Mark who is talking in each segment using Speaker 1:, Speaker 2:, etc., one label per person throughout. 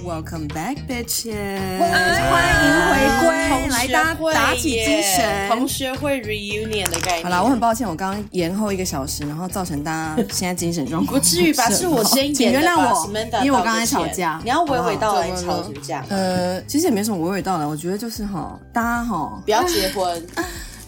Speaker 1: Welcome back, bitches！
Speaker 2: 哎
Speaker 1: 欢迎回归，来大家打起精神。
Speaker 2: 同学会 reunion 的概念。
Speaker 1: 好啦，我很抱歉，我刚刚延后一个小时，然后造成大家现在精神 状况
Speaker 2: 不至于吧？是我先
Speaker 1: 请
Speaker 2: 演的
Speaker 1: 原
Speaker 2: 吧
Speaker 1: 谅我，
Speaker 2: Samantha
Speaker 1: 因为我
Speaker 2: 道
Speaker 1: 刚才
Speaker 2: 个
Speaker 1: 吵
Speaker 2: 歉
Speaker 1: 架。
Speaker 2: 你要娓
Speaker 1: 好不好
Speaker 2: 娓道来
Speaker 3: 怎么
Speaker 2: 吵，
Speaker 3: 了
Speaker 2: 是不是这样？
Speaker 1: 呃，其实也没什么娓娓道来，我觉得就是哈，大家哈
Speaker 2: 不要结 婚，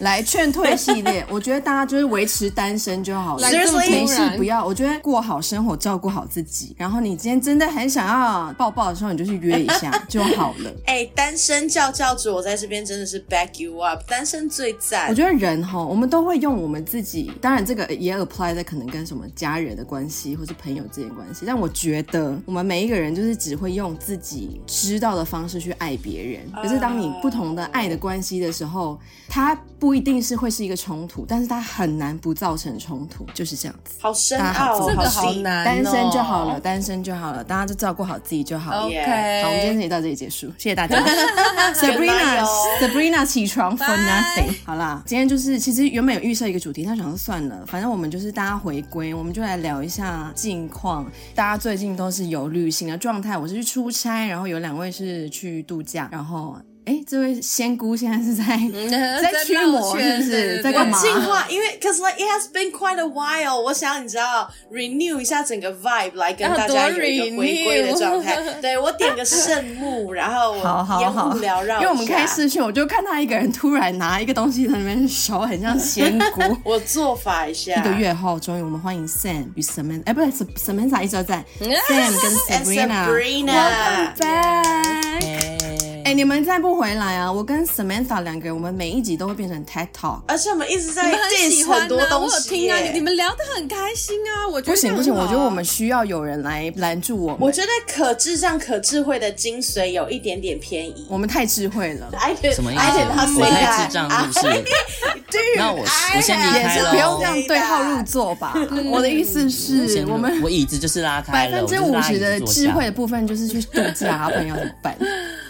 Speaker 1: 来劝退系 列，我觉得大家就是维持单身就好了。
Speaker 3: 来这么
Speaker 2: Seriously？
Speaker 1: 没
Speaker 3: 突
Speaker 1: 事，
Speaker 3: 然
Speaker 1: 不，要。我觉得过好生活，照顾好自己。然后你今天真的很想要抱抱的时候，你就去约一 下就好了。
Speaker 2: 哎，单身教教主，我在这边真的是 back you up，单身最赞。
Speaker 1: 我觉得人哈，我们都会用我们自己，当然这个也 apply 在可能跟什么家人的关系或是朋友之间的关系，但我觉得我们每一个人就是只会用自己知道的方式去爱别人。可是当你不同的爱的关系的时候，它不一定是会是一个冲突，但是它很难不造成冲突，就是这样子。
Speaker 2: 好深
Speaker 1: 大家
Speaker 2: 奥，
Speaker 1: 好
Speaker 3: 这个好
Speaker 2: deep
Speaker 3: 难、哦，
Speaker 1: 单身就好 了，。单身就好了，大家就照顾好自己就好了。
Speaker 2: Yeah
Speaker 3: OK，
Speaker 1: 好，我们今天这里到这里结束，谢谢大 家。
Speaker 2: 拜
Speaker 1: Sabrina
Speaker 2: 哟
Speaker 1: Sabrina 起床 for
Speaker 3: 拜
Speaker 1: nothing。好啦，今天就是其实原本有预设一个主题，但想说算了，反正我们就是大家回归，我们就来聊一下近况。大家最近都是有旅行的状态，我是去出差，然后有两位是去度假，然后。哎，这位仙姑现在是在 在驱魔，
Speaker 3: 绕
Speaker 1: 是
Speaker 3: 圈
Speaker 1: 不是？
Speaker 3: 对对对
Speaker 1: 在干嘛？
Speaker 2: 进化，因为 cause like it has been quite a while，我想你知道 renew 一下整个 vibe 来跟大家有一个回归的状
Speaker 3: 很多
Speaker 2: 态。
Speaker 3: renew
Speaker 2: 对我点个圣木，然后
Speaker 1: 好
Speaker 2: 我
Speaker 1: 好
Speaker 2: 烟
Speaker 1: 好，
Speaker 2: 雾缭
Speaker 1: 因
Speaker 2: 绕一下，
Speaker 1: 为我们开视讯，我就看他一个人突然拿一个东西在那边 手，很像仙姑。
Speaker 2: 我做法一下。
Speaker 1: 一个月后，终于我们欢迎 Sam 与 Samantha，哎，不是 Sam- Samantha 一直都在 Sam 跟
Speaker 2: And
Speaker 1: Sabrina。
Speaker 2: Sabrina，
Speaker 1: 拜。
Speaker 3: 哎
Speaker 1: 哎，你们再不回来啊！我跟 Samantha 两个人，我们每一集都会变成 TED Talk。
Speaker 2: 而且我们一直在
Speaker 3: 你们很
Speaker 2: diss
Speaker 3: 喜欢、啊、
Speaker 2: 很多东
Speaker 3: 我有
Speaker 2: 西
Speaker 3: 听啊，
Speaker 2: 耶。
Speaker 3: 你你们聊得很开心啊，我觉得
Speaker 1: 不行不行，
Speaker 3: 很好
Speaker 1: 我觉得我们需要有人来拦住我
Speaker 2: 我
Speaker 1: 们，
Speaker 2: 觉得可智障、可智慧的精髓有一点点偏移。
Speaker 1: 我们太智慧了。
Speaker 2: I can,
Speaker 4: 什么意
Speaker 2: I can
Speaker 4: 思？我
Speaker 2: hustle
Speaker 4: 太智障
Speaker 2: that. 啊
Speaker 4: 是不是？
Speaker 2: Dude,
Speaker 4: 那我我先离
Speaker 1: 啊哎也
Speaker 4: 开
Speaker 1: 是
Speaker 4: 了。
Speaker 1: 不用这样对号入座吧。我的意思是
Speaker 4: 先，
Speaker 1: 我们
Speaker 4: 我椅子就是拉开
Speaker 1: 百分
Speaker 4: 了，我就
Speaker 1: 之
Speaker 4: 是
Speaker 1: 五
Speaker 4: 拉椅
Speaker 1: 十
Speaker 4: 子
Speaker 1: 的
Speaker 4: 坐
Speaker 1: 智
Speaker 4: 下
Speaker 1: 慧的部分就是去度假啊，不然要怎么办？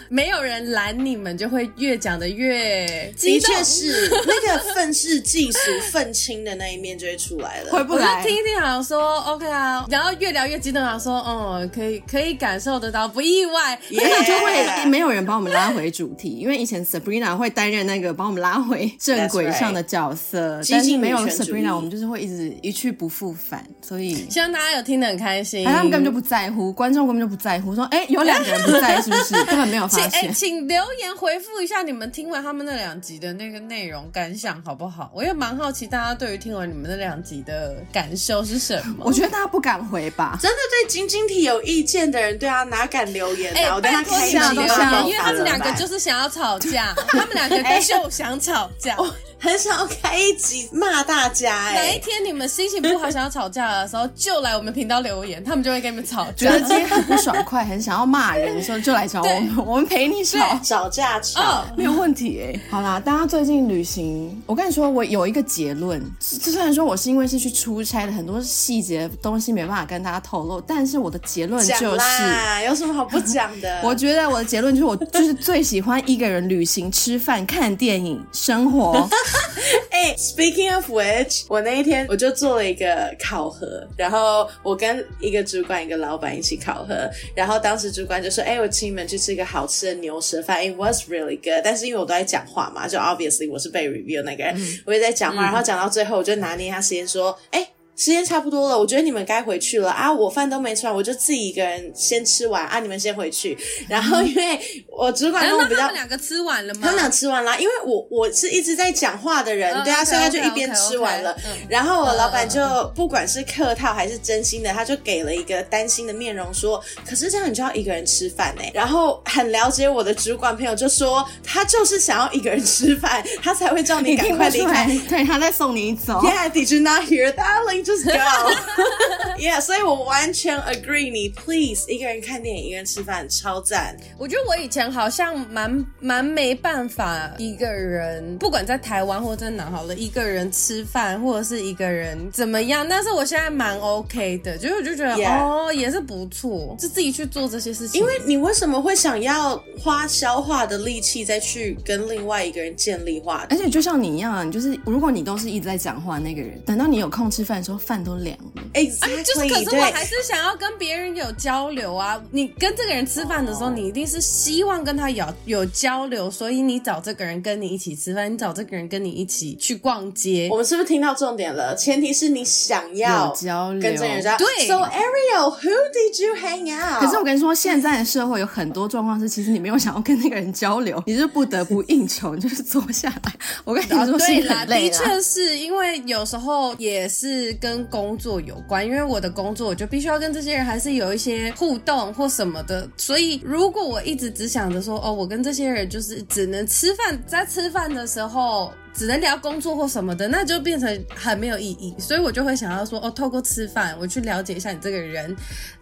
Speaker 3: 没有人拦你们，就会越讲的越激
Speaker 2: 的
Speaker 3: 动
Speaker 2: 确。是那个愤世嫉俗、愤青的那一面就会出来了。
Speaker 1: 回不
Speaker 3: 我就
Speaker 1: 来。
Speaker 3: 听一听，好像说 OK 啊，然后越聊越激动，好像说嗯，可以可以感受得到，不意外。
Speaker 1: 而且就会
Speaker 2: Yeah
Speaker 1: 没有人把我们拉回主题，因为以前 Sabrina 会担任那个把我们拉回正轨上的角色
Speaker 2: right
Speaker 1: 但是没有
Speaker 2: 激进女权主义
Speaker 1: Sabrina，我们就是会一直一去不复返，所以。
Speaker 3: 希望大家有听得很开心。
Speaker 1: 哎他们根本就不在乎，观众根本就不在乎，说哎、有两个人不在，是不 是？根本没有发
Speaker 3: 请哎、
Speaker 1: 现。
Speaker 3: 请留言回复一下你们听完他们那两集的那个内容感想好不好？我也蛮好奇大家对于听完你们那两集的感受是什么
Speaker 1: 我。觉得大家不敢回吧，
Speaker 2: 真的对晶晶体有意见的人，对啊，哪敢留言
Speaker 3: 哎、
Speaker 2: 啊？我对
Speaker 3: 拜
Speaker 2: 他
Speaker 3: 托
Speaker 2: 开
Speaker 3: 请
Speaker 2: 心
Speaker 1: 下
Speaker 3: 留
Speaker 1: 都下
Speaker 3: 言，因为他们两个 就是是想要吵架，他们两个就想吵架。哦
Speaker 2: 很想要开一集骂大家
Speaker 3: 哪一
Speaker 2: 哎、
Speaker 3: 天你们心情不好想要吵架的时候，就来我们频道留言，他们就会跟你们吵
Speaker 1: 觉
Speaker 3: 架
Speaker 1: 得。今天很不爽快，很想要骂人，说就来找我们，我们陪你吵。
Speaker 2: 找架吵。
Speaker 3: 哦，
Speaker 1: 没有问题哎、 好啦，大家最近旅行，我跟你说，我有一个结论，虽虽然说我是因为是去出差的，很多细节东西没办法跟大家透露，但是我的结论
Speaker 2: 讲
Speaker 1: 就是。？
Speaker 2: 啦，有什么好不讲的
Speaker 1: 我觉得我的结论就是，我就是最喜欢一个人旅行、吃饭、看电影、生活。
Speaker 2: 哎、s p e a k i n g of which，我那一天我就做了一个考核，然后我跟一个主管、一个老板一起考核，然后当时主管就说：“哎、我请你们去吃一个好吃的牛舌饭，It was really good。”但是因为我都在讲话嘛，就 obviously 我是被 review 那个人，
Speaker 3: 嗯
Speaker 2: 我也在讲话，然后讲到最后，我就拿捏一下时间说：“哎、时间差不多了，我觉得你们该回去了啊！我饭都没吃完，我就自己一个人先吃完啊！你们先回去。然后因为我主管
Speaker 3: 难
Speaker 2: 跟我
Speaker 3: 道
Speaker 2: 比
Speaker 3: 哎他
Speaker 2: 较
Speaker 3: 们两个吃完了吗？
Speaker 2: 他们俩吃完啦，因为我我是一直在讲话的人，
Speaker 3: 嗯
Speaker 2: 对啊，
Speaker 3: OK，
Speaker 2: 所以他就
Speaker 3: OK，
Speaker 2: 一边
Speaker 3: OK，
Speaker 2: 吃完了
Speaker 3: OK，嗯
Speaker 2: 然后我老板就不管是客套还是真心的，他就给了一个担心的面容说，可是这样你就要一个人吃饭呢、欸然后很了解我的主管朋友就说，他就是想要一个人吃饭， 他才会叫你
Speaker 1: 你
Speaker 2: 赶
Speaker 1: 听
Speaker 2: 快
Speaker 1: 不
Speaker 2: 离
Speaker 1: 出
Speaker 2: 开
Speaker 1: 来。，对他在送你走。
Speaker 2: Yeah, did you not hear that? Like just go. yeah，所以我完全 agree 你，please 一个人看电影，一个人吃饭，超赞。
Speaker 3: 我觉得我以前好像蛮蛮没办法一个人，不管在台湾或者在哪好了，一个人吃饭或者是一个人怎么样，但是我现在蛮 OK 的，就是我就觉得
Speaker 2: Yeah
Speaker 3: 哦也是不错，就自己去做这些事情。
Speaker 2: 因为你为什么会想要花消化的力气再去跟另外一个人建立话题？
Speaker 1: 而且就像你一样啊，你就是如果你都是一直在讲话那个人，等到你有空吃饭的时候，候饭都凉了。
Speaker 3: 啊
Speaker 2: Exactly，、，
Speaker 3: 就是，可是
Speaker 2: 对
Speaker 3: 我还是想要跟别人有交流啊。你跟这个人吃饭的
Speaker 2: 哦
Speaker 3: 时候，你一定是希望跟他有有交流，所以你找这个人跟你一起吃饭，你找这个人跟你一起去逛街
Speaker 2: 我。们是不是听到重点了？前提是你想要
Speaker 1: 有交流
Speaker 2: 跟这个人交
Speaker 3: 嗯对
Speaker 2: So Ariel, who did you hang out？
Speaker 1: 可是我跟你说，现在的社会有很多状况是，其实你没有想要跟那个人交 流，你就是不得不应酬，你就是坐下来。我跟你
Speaker 3: 啊，
Speaker 1: 说，
Speaker 3: 对
Speaker 1: 心
Speaker 3: 啦，
Speaker 1: 很
Speaker 3: 的
Speaker 1: 累啦
Speaker 3: 确是因为有时候也是跟工作有关，因为我的工作我就必须要跟这些人还是有一些互动或什么的，所以如果我一直只想着说哦，我跟这些人就是只能吃饭，在吃饭的时候。只能聊工作或什么的，那就变成很没有意义，所以我就会想要说，哦，透过吃饭，我去了解一下你这个人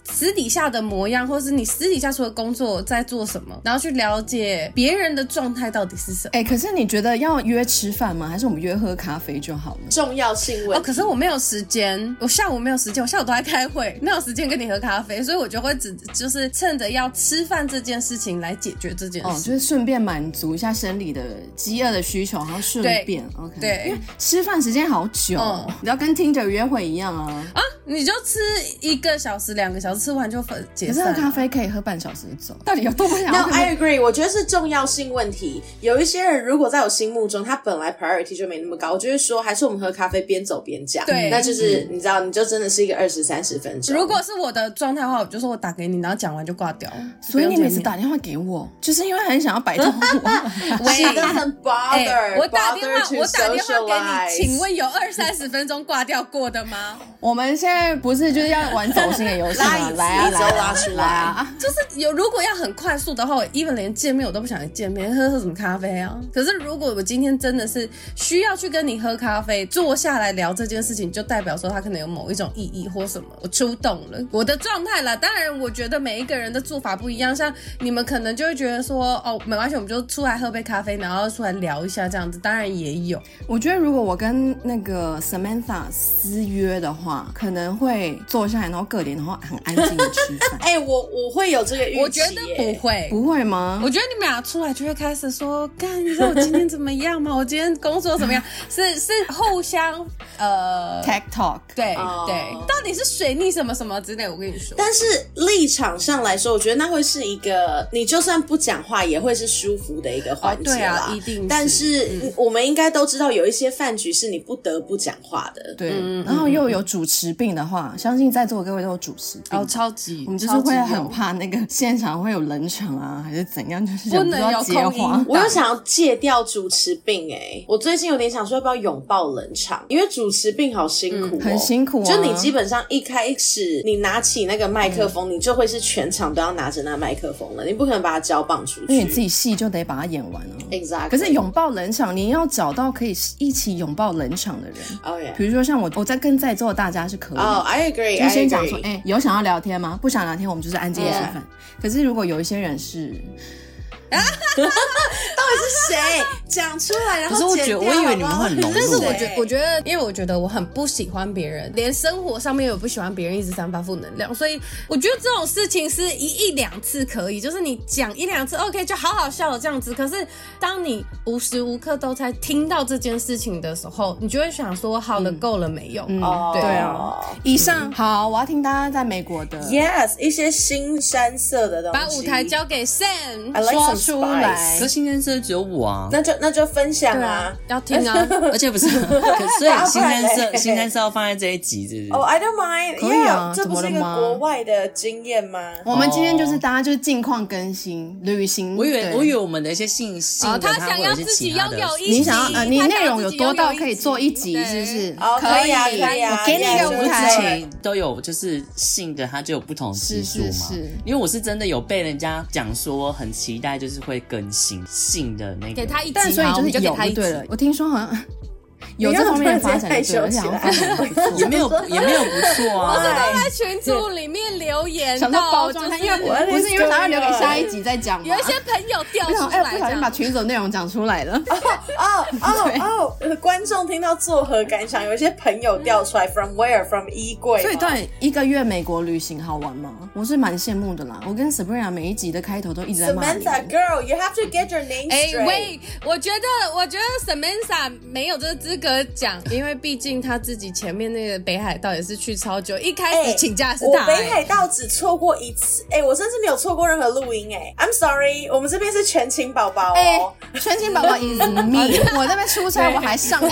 Speaker 3: 私底下的模样，或是你私底下除了工作在做什么，然后去了解别人的状态到底是什么。
Speaker 1: 哎、可是你觉得要约吃饭吗？还是我们约喝咖啡就好了？
Speaker 2: 重要性问
Speaker 3: 哦，可是我没有时间，我下午没有时间，我下午都在开会，没有时间跟你喝咖啡，所以我就会只就是趁着要吃饭这件事情来解决这件
Speaker 1: 哦，
Speaker 3: 事。
Speaker 1: 就是顺便满足一下生理的饥饿的需求，然后顺
Speaker 3: 对
Speaker 1: 便 OK。
Speaker 3: 对
Speaker 1: 因为吃饭时间好久，
Speaker 3: 嗯
Speaker 1: 你要跟听着约会一样啊。
Speaker 3: 啊，你就吃一个小时、两个小时，吃完就分解
Speaker 1: 可是喝
Speaker 3: 散。
Speaker 1: 咖啡可以喝半小时就走，到底有多不想要
Speaker 2: No,
Speaker 1: 喝？
Speaker 2: I agree。我觉得是重要性问题。有一些人如果在我心目中，他本来 priority 就没那么高，我就会说，还是我们喝咖啡边走边讲。
Speaker 3: 对
Speaker 2: 那就是你知道，你就真的是一个二十三十分钟。
Speaker 3: 如果是我的状态的话，我就说我打给你，然后讲完就挂 掉。啊
Speaker 1: 所以
Speaker 3: 不
Speaker 1: 你
Speaker 3: 用
Speaker 1: 每次
Speaker 3: 见面
Speaker 1: 打电话给我，就是因为很想要摆脱 我。
Speaker 2: she doesn't bother，、
Speaker 3: 哎我打电
Speaker 2: bother
Speaker 3: 话
Speaker 2: to
Speaker 3: 我打电话
Speaker 2: socialize
Speaker 3: 给你，请问有二三十分钟挂掉过的吗？
Speaker 1: 我们现在不是就是要玩走心的游戏
Speaker 2: 拉椅
Speaker 1: 吗？
Speaker 2: 子
Speaker 1: 来啊
Speaker 2: 一周
Speaker 1: 来啊
Speaker 2: 拉出来，
Speaker 1: 来啊！
Speaker 3: 就是有，如果要很快速的话，我 even 连见面我都不想见面，喝喝什么咖啡啊？可是如果我今天真的是需要去跟你喝咖啡，坐下来聊这件事情，就代表说他可能有某一种意义或什么，我出动了我的状态啦。当然，我觉得每一个人的做法不一样，像你们可能就会觉得说，哦，没关系，我们就出来喝杯咖啡，然后出来聊一下这样子。当然也有，
Speaker 1: 我觉得如果我跟那个 Samantha 私约的话，可能会坐下来，然后各点，然后很安静的吃饭
Speaker 2: 哎、我我会有这个预期耶。
Speaker 3: 我觉得不会，
Speaker 1: 不会吗？
Speaker 3: 我觉得你们俩出来就会开始说，干，你知道我今天怎么样吗？我今天工作怎么样？是是互相呃，
Speaker 1: Tech Talk，
Speaker 3: 对、
Speaker 2: 哦
Speaker 3: 对，到底是水逆什么什么之类，我跟你说。
Speaker 2: 但是立场上来说，我觉得那会是一个你就算不讲话也会是舒服的一个环节
Speaker 3: 哦对啊
Speaker 2: 啦
Speaker 3: 一定是
Speaker 2: 但是、嗯我们应该都知道，有一些饭局是你不得不讲话的。
Speaker 1: 对，然后又有主持病的话，相信在座的各位都有主持病。
Speaker 3: 哦，超级，
Speaker 1: 我们就是会很怕那个现场会有冷场啊，还是怎样，就是
Speaker 3: 不
Speaker 1: 忍
Speaker 3: 能
Speaker 1: 住要
Speaker 3: 有
Speaker 1: 接
Speaker 3: 空
Speaker 1: 话
Speaker 3: 音。
Speaker 2: 我有想要戒掉主持病哎、我最近有点想说要不要拥抱冷场，因为主持病好辛苦、哦
Speaker 1: 很辛苦啊嗯
Speaker 2: 就你基本上一开始你拿起那个麦克风，你就会是全场都要拿着那麦克风了，你不可能把它交棒出去。
Speaker 1: 因为你自己戏就得把它演完啊。
Speaker 2: exactly，
Speaker 1: 可是拥抱冷场，你要找到可以一起拥抱冷场的人，
Speaker 2: 哦耶
Speaker 1: 比如说像我，我在跟在座的大家是可以的
Speaker 2: 哦、i agree，
Speaker 1: 就先讲说
Speaker 2: I，agree
Speaker 1: 哎、有想要聊天吗？不想聊天，我们就是安静的吃饭。可是如果有一些人是，
Speaker 2: 到底是谁讲出来？然
Speaker 4: 可是
Speaker 2: 后
Speaker 4: 我
Speaker 2: 剪掉
Speaker 4: 觉得我以为你们
Speaker 2: 好不好
Speaker 4: 会很融入
Speaker 3: 但是我
Speaker 4: 对
Speaker 3: 觉我觉得，因为我觉得我很不喜欢别人，连生活上面我不喜欢别人一直散发负能量，所以我觉得这种事情是一一两次可以，就是你讲一两次 OK 就好好笑了这样子。可是当你无时无刻都在听到这件事情的时候，你就会想说，好了，够了没有？
Speaker 2: 哦
Speaker 3: 对
Speaker 1: 啊以上、好，我要听大家在美国的
Speaker 2: Yes，一些新山色的东西。
Speaker 3: 把舞台交给 Sam，
Speaker 2: I like
Speaker 1: 说
Speaker 2: some
Speaker 1: 出
Speaker 2: spice
Speaker 1: 来
Speaker 4: 可。是新鲜事只有我啊，
Speaker 2: 那就那就分享
Speaker 3: 对
Speaker 2: 啊
Speaker 3: 啊。，要 听啊。
Speaker 4: 而且不是，可所以新鲜
Speaker 2: 不然嘞
Speaker 4: 事新鲜事要放在这一集，是不
Speaker 2: 哦、
Speaker 1: 啊
Speaker 2: Oh,
Speaker 4: 是？
Speaker 2: i don't mind，
Speaker 1: 可以啊
Speaker 2: yeah，这不是
Speaker 1: 怎
Speaker 2: 一
Speaker 1: 么
Speaker 2: 个
Speaker 1: 了吗
Speaker 2: 国外的经验吗？
Speaker 1: 我们今天就是大家就是近况更新旅行。
Speaker 4: 我以为
Speaker 1: 对
Speaker 4: 我以为我们的一些信息，
Speaker 3: 哦，他
Speaker 4: 它
Speaker 3: 想
Speaker 4: 会有
Speaker 3: 要
Speaker 4: 一些
Speaker 3: 自己
Speaker 4: 其
Speaker 3: 拥
Speaker 4: 他的
Speaker 3: 有一集，
Speaker 1: 你想要呃，你
Speaker 3: 他
Speaker 1: 内
Speaker 3: 要
Speaker 1: 容
Speaker 3: 自
Speaker 1: 有
Speaker 3: 己
Speaker 1: 多
Speaker 3: 拥有
Speaker 1: 到可以做一集，
Speaker 3: 对
Speaker 1: 是不是？
Speaker 2: 哦可以啊可以啊
Speaker 1: 我给你一个
Speaker 2: 对
Speaker 1: 舞
Speaker 4: 我
Speaker 1: 台
Speaker 4: 之。前都有，就是信的，它就有不同次数嘛。
Speaker 1: 是是是
Speaker 4: 因为我是真的有被人家讲说很期待，就是会更新信的那个。
Speaker 3: 给他一集，
Speaker 1: 但所以
Speaker 3: 好我
Speaker 1: 就
Speaker 3: 们
Speaker 1: 是
Speaker 3: 给
Speaker 1: 有
Speaker 3: 他一
Speaker 1: 就
Speaker 3: 集
Speaker 1: 对了。我听说好 像有这方面的发展，
Speaker 2: 不要
Speaker 1: 对，而且
Speaker 2: 突然间
Speaker 1: 好像发
Speaker 2: 害羞起
Speaker 1: 展
Speaker 2: 来
Speaker 1: 不错
Speaker 4: 也没有也没有不错
Speaker 3: 我
Speaker 4: 啊。
Speaker 3: 是都在群组里面留言
Speaker 1: 想
Speaker 3: 到，
Speaker 1: 到包
Speaker 3: 就
Speaker 1: 装
Speaker 3: 是
Speaker 1: 它，因为
Speaker 2: What
Speaker 1: 不
Speaker 2: is
Speaker 1: 是因为想要
Speaker 2: going
Speaker 1: 留给
Speaker 2: on？
Speaker 1: 下一集再讲吧。
Speaker 5: 有一些朋友掉
Speaker 1: 不小
Speaker 5: 出
Speaker 1: 哎，
Speaker 5: 来
Speaker 1: 不
Speaker 5: 这
Speaker 1: 小心
Speaker 5: 样
Speaker 1: 把。群组内容讲出来了。
Speaker 2: 哦哦哦！观众听到作何感想？有一些朋友掉出来，from where？from 衣柜吗。
Speaker 1: 这一段一个月美国旅行好玩吗？我是蛮羡慕的啦。我跟 Sabrina 每一集的开头都一直在骂你
Speaker 2: Samantha
Speaker 1: 们。
Speaker 2: girl，you have to get your name
Speaker 5: 哎、
Speaker 2: straight。
Speaker 5: 喂，我觉得，我觉得 Samantha 没有这个资格讲，因为毕竟他自己前面那个北海道也是去超久，一开
Speaker 2: 哎，
Speaker 5: 始请假是
Speaker 2: 我
Speaker 5: 他、
Speaker 2: 北
Speaker 5: 哎
Speaker 2: 海道只错过一次，哎、我甚至没有错过任何录音、哎，I'm sorry，我们这边是全勤宝宝
Speaker 1: 哎
Speaker 2: 哦。，
Speaker 1: 全勤宝宝 is me。我 在那边出差，我还
Speaker 2: 哎
Speaker 1: 上
Speaker 5: 有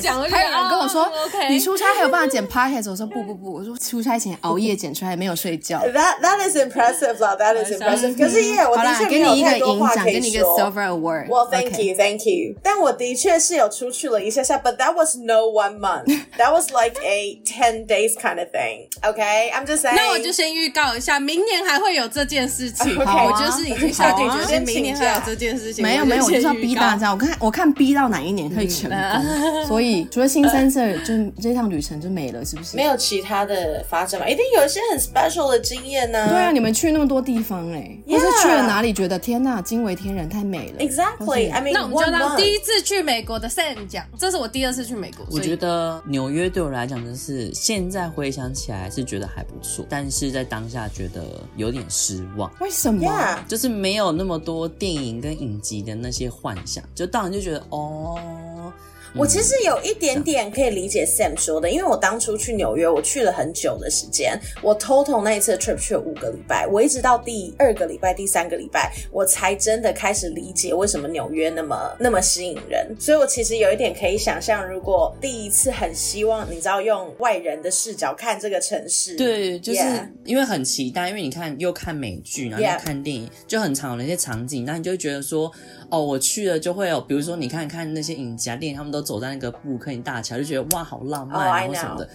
Speaker 5: 讲我
Speaker 1: podcast，
Speaker 5: 就
Speaker 1: 还有人跟我说
Speaker 5: 哦，OK
Speaker 1: 你出差还有办法剪 podcast。我说不不不，我说出差前熬夜剪出来没有睡觉。
Speaker 2: That that is impressive 啦，That is impressive。可是耶，我
Speaker 1: 好
Speaker 2: 的
Speaker 1: 啦
Speaker 2: 确，没
Speaker 1: 给
Speaker 2: 有
Speaker 1: 你一
Speaker 2: 太
Speaker 1: 个
Speaker 2: 多
Speaker 1: 银
Speaker 2: 话
Speaker 1: 奖，
Speaker 2: 可
Speaker 1: 给你
Speaker 2: 以
Speaker 1: 一个
Speaker 2: 说。
Speaker 1: silver award。
Speaker 2: Well, thank you, thank you. 但我的确是有出去了一下下，but that was no one month. That was like a ten days kind of thing. Okay, I'm just
Speaker 1: 哎
Speaker 2: saying.
Speaker 3: 那我就先预告一下，明年还会有这件事情。
Speaker 2: 好啊
Speaker 3: 我就是已经下定决
Speaker 2: 好啊
Speaker 3: 心，明年还有这件事情。
Speaker 1: 没有没有，我
Speaker 3: 就
Speaker 1: 就
Speaker 3: 先
Speaker 1: 是要
Speaker 3: 预
Speaker 1: 逼
Speaker 3: 告
Speaker 1: 大。家。我看我看逼到哪一年可以成
Speaker 2: 嗯
Speaker 1: 功，所以除了新三色，就这趟旅程就没了，是不是？
Speaker 2: 没。有其他的发展嘛，一定有一些很 special 的经验呢、
Speaker 1: 对啊，
Speaker 4: 嗯
Speaker 1: 你们去那么多地方哎，或是去了哪里觉得天呐，惊为天人，太美了。
Speaker 2: Exactly. I mean,
Speaker 5: 那我们就
Speaker 2: one
Speaker 5: 让
Speaker 2: month.
Speaker 5: 第一次去美国的 Sam 讲，这是我第二次去美国，
Speaker 4: 我
Speaker 5: 所
Speaker 4: 觉
Speaker 5: 以
Speaker 4: 得纽约对我来讲，真是现在回想起来是觉得还不错，但是在当下觉得有点失望。
Speaker 1: 为什么
Speaker 2: Yeah.
Speaker 4: 就是没有那么多电影跟影集的那些幻想，就当然就觉得哦，
Speaker 2: 我其实有一点点可以理解 Sam 说的，因为我当初去纽约，我去了很久的时间，我 total 那一次的 trip 去了五个礼拜，我一直到第二个礼拜、第三个礼拜，我才真的开始理解为什么纽约那么那么吸引人。所以我其实有一点可以想象，如果第一次很希望你知道用外人的视角看这个城市，
Speaker 4: 对，就是
Speaker 2: Yeah
Speaker 4: 因为很期待，因为你看又看美剧，然后
Speaker 2: Yeah
Speaker 4: 又看电影，就很常有那些场景，那你就会觉得说，哦，我去了就会有，比如说你看看那些影集啊、电影，他们都走在那个布克林大桥，就觉得哇，好浪漫
Speaker 2: Oh,
Speaker 4: 啊，
Speaker 2: I
Speaker 4: 然后什么的。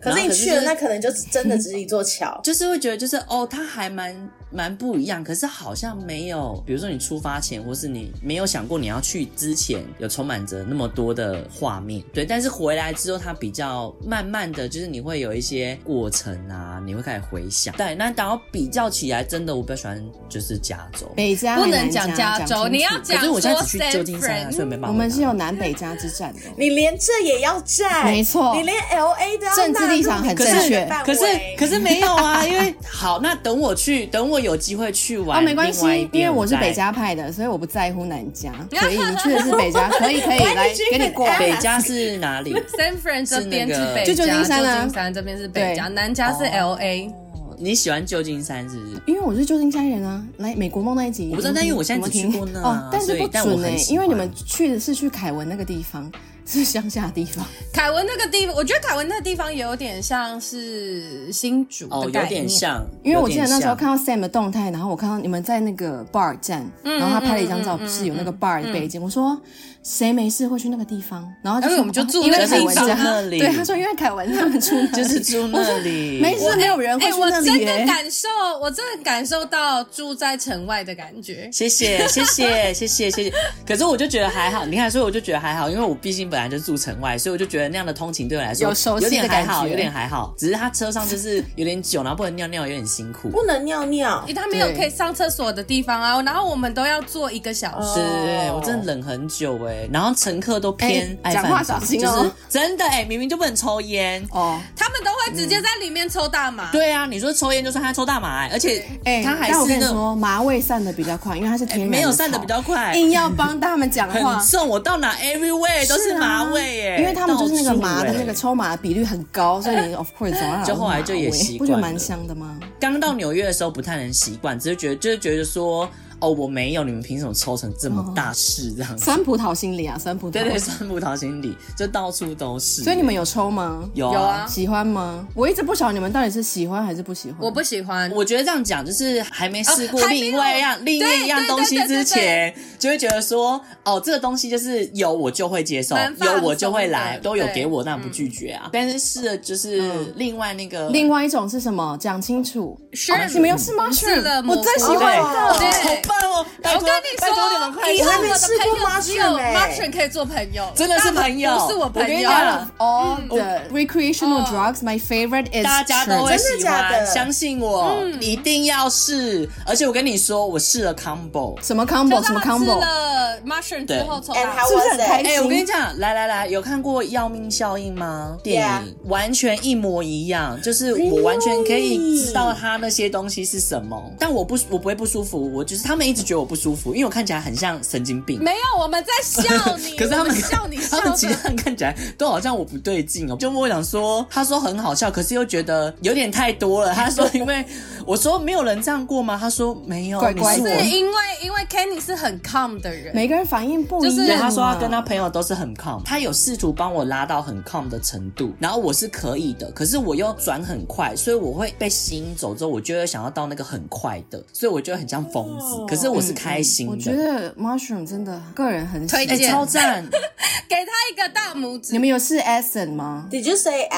Speaker 2: 可是
Speaker 4: 然后
Speaker 2: 你
Speaker 4: 就
Speaker 2: 去了，那可能就真的只是一座桥。
Speaker 4: 就是会觉得就是哦，它还蛮蛮不一样，可是好像没有，比如说你出发前，或是你没有想过你要去之前，有充满着那么多的画面，对。但是回来之后，它比较慢慢的就是你会有一些过程啊，你会开始回想。对，那然后比较起来，真的我比较喜欢就是加州，
Speaker 1: 北加
Speaker 5: 不
Speaker 1: 还
Speaker 5: 能
Speaker 1: 南
Speaker 5: 讲加
Speaker 1: 加
Speaker 5: 州，你要
Speaker 1: 清楚
Speaker 4: 可
Speaker 5: 讲
Speaker 4: 是我
Speaker 5: 说
Speaker 4: 现在
Speaker 5: San
Speaker 4: 只去旧金山、啊，所以
Speaker 5: Fran。
Speaker 4: 没办法。
Speaker 1: 嗯我们是有南北加之战的。
Speaker 2: 你连这也要站，
Speaker 1: 没错
Speaker 2: 你连 L A 都要
Speaker 1: 政治立场很正确
Speaker 2: 纳入你的范围
Speaker 4: 可是可是没有啊，因为好，那等我去，等我有机会去玩，
Speaker 1: 啊，没关系
Speaker 4: 另外一，
Speaker 1: 因为
Speaker 4: 边
Speaker 1: 我是
Speaker 4: 再
Speaker 1: 北加派的，所以我不在乎南 加。可以，你去的是北加，可以可以，来
Speaker 2: did you
Speaker 1: 给你
Speaker 2: even
Speaker 1: 过。
Speaker 2: ask？
Speaker 4: 北加是哪里？
Speaker 5: San Fran 这边是
Speaker 4: 是那个
Speaker 5: 北加，
Speaker 1: 就旧金山啊
Speaker 5: 旧金山这边是北加，
Speaker 1: 对
Speaker 5: 南加是 L A。
Speaker 4: 哦你喜欢旧金山是不是？
Speaker 1: 因为我是旧金山人啊，来美国梦那一集，
Speaker 4: 我不知道
Speaker 1: 你们
Speaker 4: 但因为我现在
Speaker 1: 怎么
Speaker 4: 只
Speaker 1: 听
Speaker 4: 去过那
Speaker 1: 哦
Speaker 4: 啊，
Speaker 1: 但是
Speaker 4: 所以
Speaker 1: 不
Speaker 4: 但我
Speaker 1: 准
Speaker 4: 很
Speaker 1: 哎，
Speaker 4: 喜欢
Speaker 1: 因为你们去的是去凯文那个地方，是乡下地方，
Speaker 5: 凯文那个地方，我觉得凯文那个地方有点像是新竹
Speaker 4: 哦，
Speaker 5: 的
Speaker 4: 有
Speaker 5: 概
Speaker 4: 点
Speaker 5: 念，
Speaker 4: 像，
Speaker 1: 因为我
Speaker 4: 有
Speaker 1: 记
Speaker 4: 点
Speaker 1: 得那时候
Speaker 4: 像
Speaker 1: 看到 Sam 的动态，然后我看到你们在那个 bar 站，
Speaker 4: 嗯
Speaker 1: 然后他拍了一张照，是有那个 bar 的背景。我说谁没事会去那个地方？然后就
Speaker 4: 哎
Speaker 5: 因为
Speaker 1: 说
Speaker 5: 我们就
Speaker 1: 哦
Speaker 5: 住
Speaker 1: 因
Speaker 5: 那
Speaker 1: 为
Speaker 5: 个
Speaker 1: 凯
Speaker 5: 地
Speaker 1: 文
Speaker 5: 方
Speaker 1: 家
Speaker 4: 那里 哎
Speaker 1: 对，他说因为凯文他们 住那里
Speaker 4: 就是住那里，
Speaker 1: 没事，没有人会
Speaker 5: 哎、
Speaker 1: 去
Speaker 5: 我
Speaker 1: 那
Speaker 5: 真
Speaker 1: 里
Speaker 5: 的
Speaker 1: 耶。
Speaker 5: 感受，我真的感受到住在城外的感觉。
Speaker 4: 谢谢，谢谢，谢谢，谢谢。可是我就觉得还好，你看，所以我就觉得还好，因为我毕竟本来就住城外，所以我就觉得那样的通勤对我来说
Speaker 1: 有熟悉的
Speaker 4: 点还
Speaker 1: 感
Speaker 4: 好，
Speaker 1: 觉
Speaker 4: 有点还好。只是他车上就是有点久，然后不能尿尿，有点辛苦。
Speaker 2: 不能尿尿
Speaker 4: 哎
Speaker 5: 因为。他没有
Speaker 1: 对
Speaker 5: 可以上厕所的地方啊，然后我们都要坐一个小
Speaker 1: 哦
Speaker 5: 时。
Speaker 4: 对对对，我真的冷很久哎、然后乘客都偏
Speaker 1: 哎
Speaker 4: 爱犯
Speaker 1: 讲话
Speaker 4: 法
Speaker 1: 小心哦
Speaker 4: 就是真的哎、明明就不能抽烟。
Speaker 1: 哦，
Speaker 5: 他们都会直接在里面抽大麻，
Speaker 4: 嗯对啊，你说抽烟就算他抽大麻、哎而且
Speaker 1: 哎，
Speaker 4: 他还
Speaker 1: 但我
Speaker 4: 是
Speaker 1: 跟你
Speaker 4: 那种哎
Speaker 1: 说，麻味散的比较快，因为它是天然
Speaker 4: 没有
Speaker 1: 草
Speaker 4: 散的比较快，
Speaker 1: 硬要帮他们讲话
Speaker 4: 很。重，我到哪 everywhere 都是
Speaker 1: 啊
Speaker 4: 麻味耶、
Speaker 1: 因为他们就是那个麻的
Speaker 4: 到处
Speaker 1: 那个
Speaker 4: 哎
Speaker 1: 抽麻的比率很高，所以你 of course 早上老是
Speaker 4: 就后来就也
Speaker 1: 麻味
Speaker 4: 习惯
Speaker 1: 不觉得
Speaker 4: 了
Speaker 1: 蛮香的吗？
Speaker 4: 刚到纽约的时候不太能习惯，只是觉得就是觉得说，哦，我没有，你们凭什么抽成这么大事这样子？
Speaker 1: 酸葡萄心理啊，酸葡萄。
Speaker 4: 对对，酸葡萄心理，就到处都是。
Speaker 1: 所以你们有抽吗？
Speaker 4: 有
Speaker 5: 有
Speaker 4: 啊
Speaker 5: 啊。
Speaker 1: 喜欢吗？我一直不晓得你们到底是喜欢还是不喜欢。
Speaker 5: 我不喜欢。
Speaker 4: 我觉得这样讲就是还没试过
Speaker 5: 哦还没有
Speaker 4: 另外一样、另外一样
Speaker 5: 对对
Speaker 4: 东西之前，就会觉得说，哦，这个东西就是有我就会接受
Speaker 5: 蛮，放
Speaker 4: 有
Speaker 5: 松的
Speaker 4: 我就会来，
Speaker 5: 对
Speaker 4: 都有给我，那不拒绝啊。但是试了就是另外那个
Speaker 1: 嗯另外一种是什么？讲清楚。哦
Speaker 5: Shrimp
Speaker 1: 你们又是吗？
Speaker 5: 是的
Speaker 1: 我最喜欢
Speaker 4: 对
Speaker 1: 的。
Speaker 2: 对
Speaker 4: 好棒托，拜
Speaker 5: 我
Speaker 4: 托，
Speaker 5: 跟你
Speaker 4: 拜托你们
Speaker 5: 说，
Speaker 4: 快
Speaker 5: 以
Speaker 4: 点
Speaker 5: 后
Speaker 4: 我
Speaker 5: 我的
Speaker 4: 还没吃
Speaker 5: 朋
Speaker 4: 过
Speaker 5: 友只有
Speaker 4: mushroom 哎
Speaker 5: mushroom 可以做朋友，
Speaker 4: 真的是
Speaker 5: 但
Speaker 4: 朋友
Speaker 5: 不是我
Speaker 4: 我跟
Speaker 5: 朋
Speaker 4: 你
Speaker 5: 友。
Speaker 4: 讲
Speaker 1: all the recreational drugs, my favorite is
Speaker 4: 大家都
Speaker 1: church
Speaker 4: 会
Speaker 2: 真的
Speaker 4: 喜
Speaker 2: 假的
Speaker 4: 欢，相信我，
Speaker 5: 嗯
Speaker 4: 一定要试。而且我跟你说，我试了 combo，
Speaker 1: 什么
Speaker 5: 就
Speaker 1: combo 什
Speaker 5: 是
Speaker 1: 么
Speaker 5: 他吃
Speaker 1: combo，
Speaker 5: 了 mushroom 之后，从
Speaker 2: And how
Speaker 1: 是不是很开
Speaker 4: 哎、
Speaker 1: 心？
Speaker 4: 我跟你讲，来来来，有看过《要命效应》吗？电影完全一模一样，就是我完全可以知道它那些东西是什么，但我不我不会不舒服，我就是他们一直觉得我不舒服，因为我看起来很像神经病。
Speaker 5: 没有，我们在笑你，
Speaker 4: 可是他
Speaker 5: 我
Speaker 4: 们
Speaker 5: 笑你笑
Speaker 4: 他们其
Speaker 5: 的。
Speaker 4: 他人看起来都好像我不对劲哦。就我想说，他说很好笑，可是又觉得有点太多了。他说，因为我说没有人这样过吗？他说没有，
Speaker 1: 怪怪
Speaker 4: 你
Speaker 1: 的
Speaker 4: 是我
Speaker 5: 是因为因为 Kenny 是很 calm 的人，
Speaker 1: 每个人反应不一
Speaker 5: 就是
Speaker 1: 样、
Speaker 4: 对，
Speaker 1: 啊。
Speaker 4: 他说他跟他朋友都是很 calm，他有试图帮我拉到很 calm 的程度，然后我是可以的，可是我又转很快，所以我会被吸引走之后，我就会想要到那个很快的，所以我就很像疯子。可是我是开心
Speaker 1: 嗯
Speaker 4: 的，
Speaker 1: 我觉得 mushroom 真的个人很喜欢
Speaker 4: 哎、
Speaker 5: 推荐
Speaker 4: 超赞，
Speaker 5: 给他一个大拇指
Speaker 1: 你。们有试 Essen 吗？
Speaker 2: Did you say
Speaker 5: 没有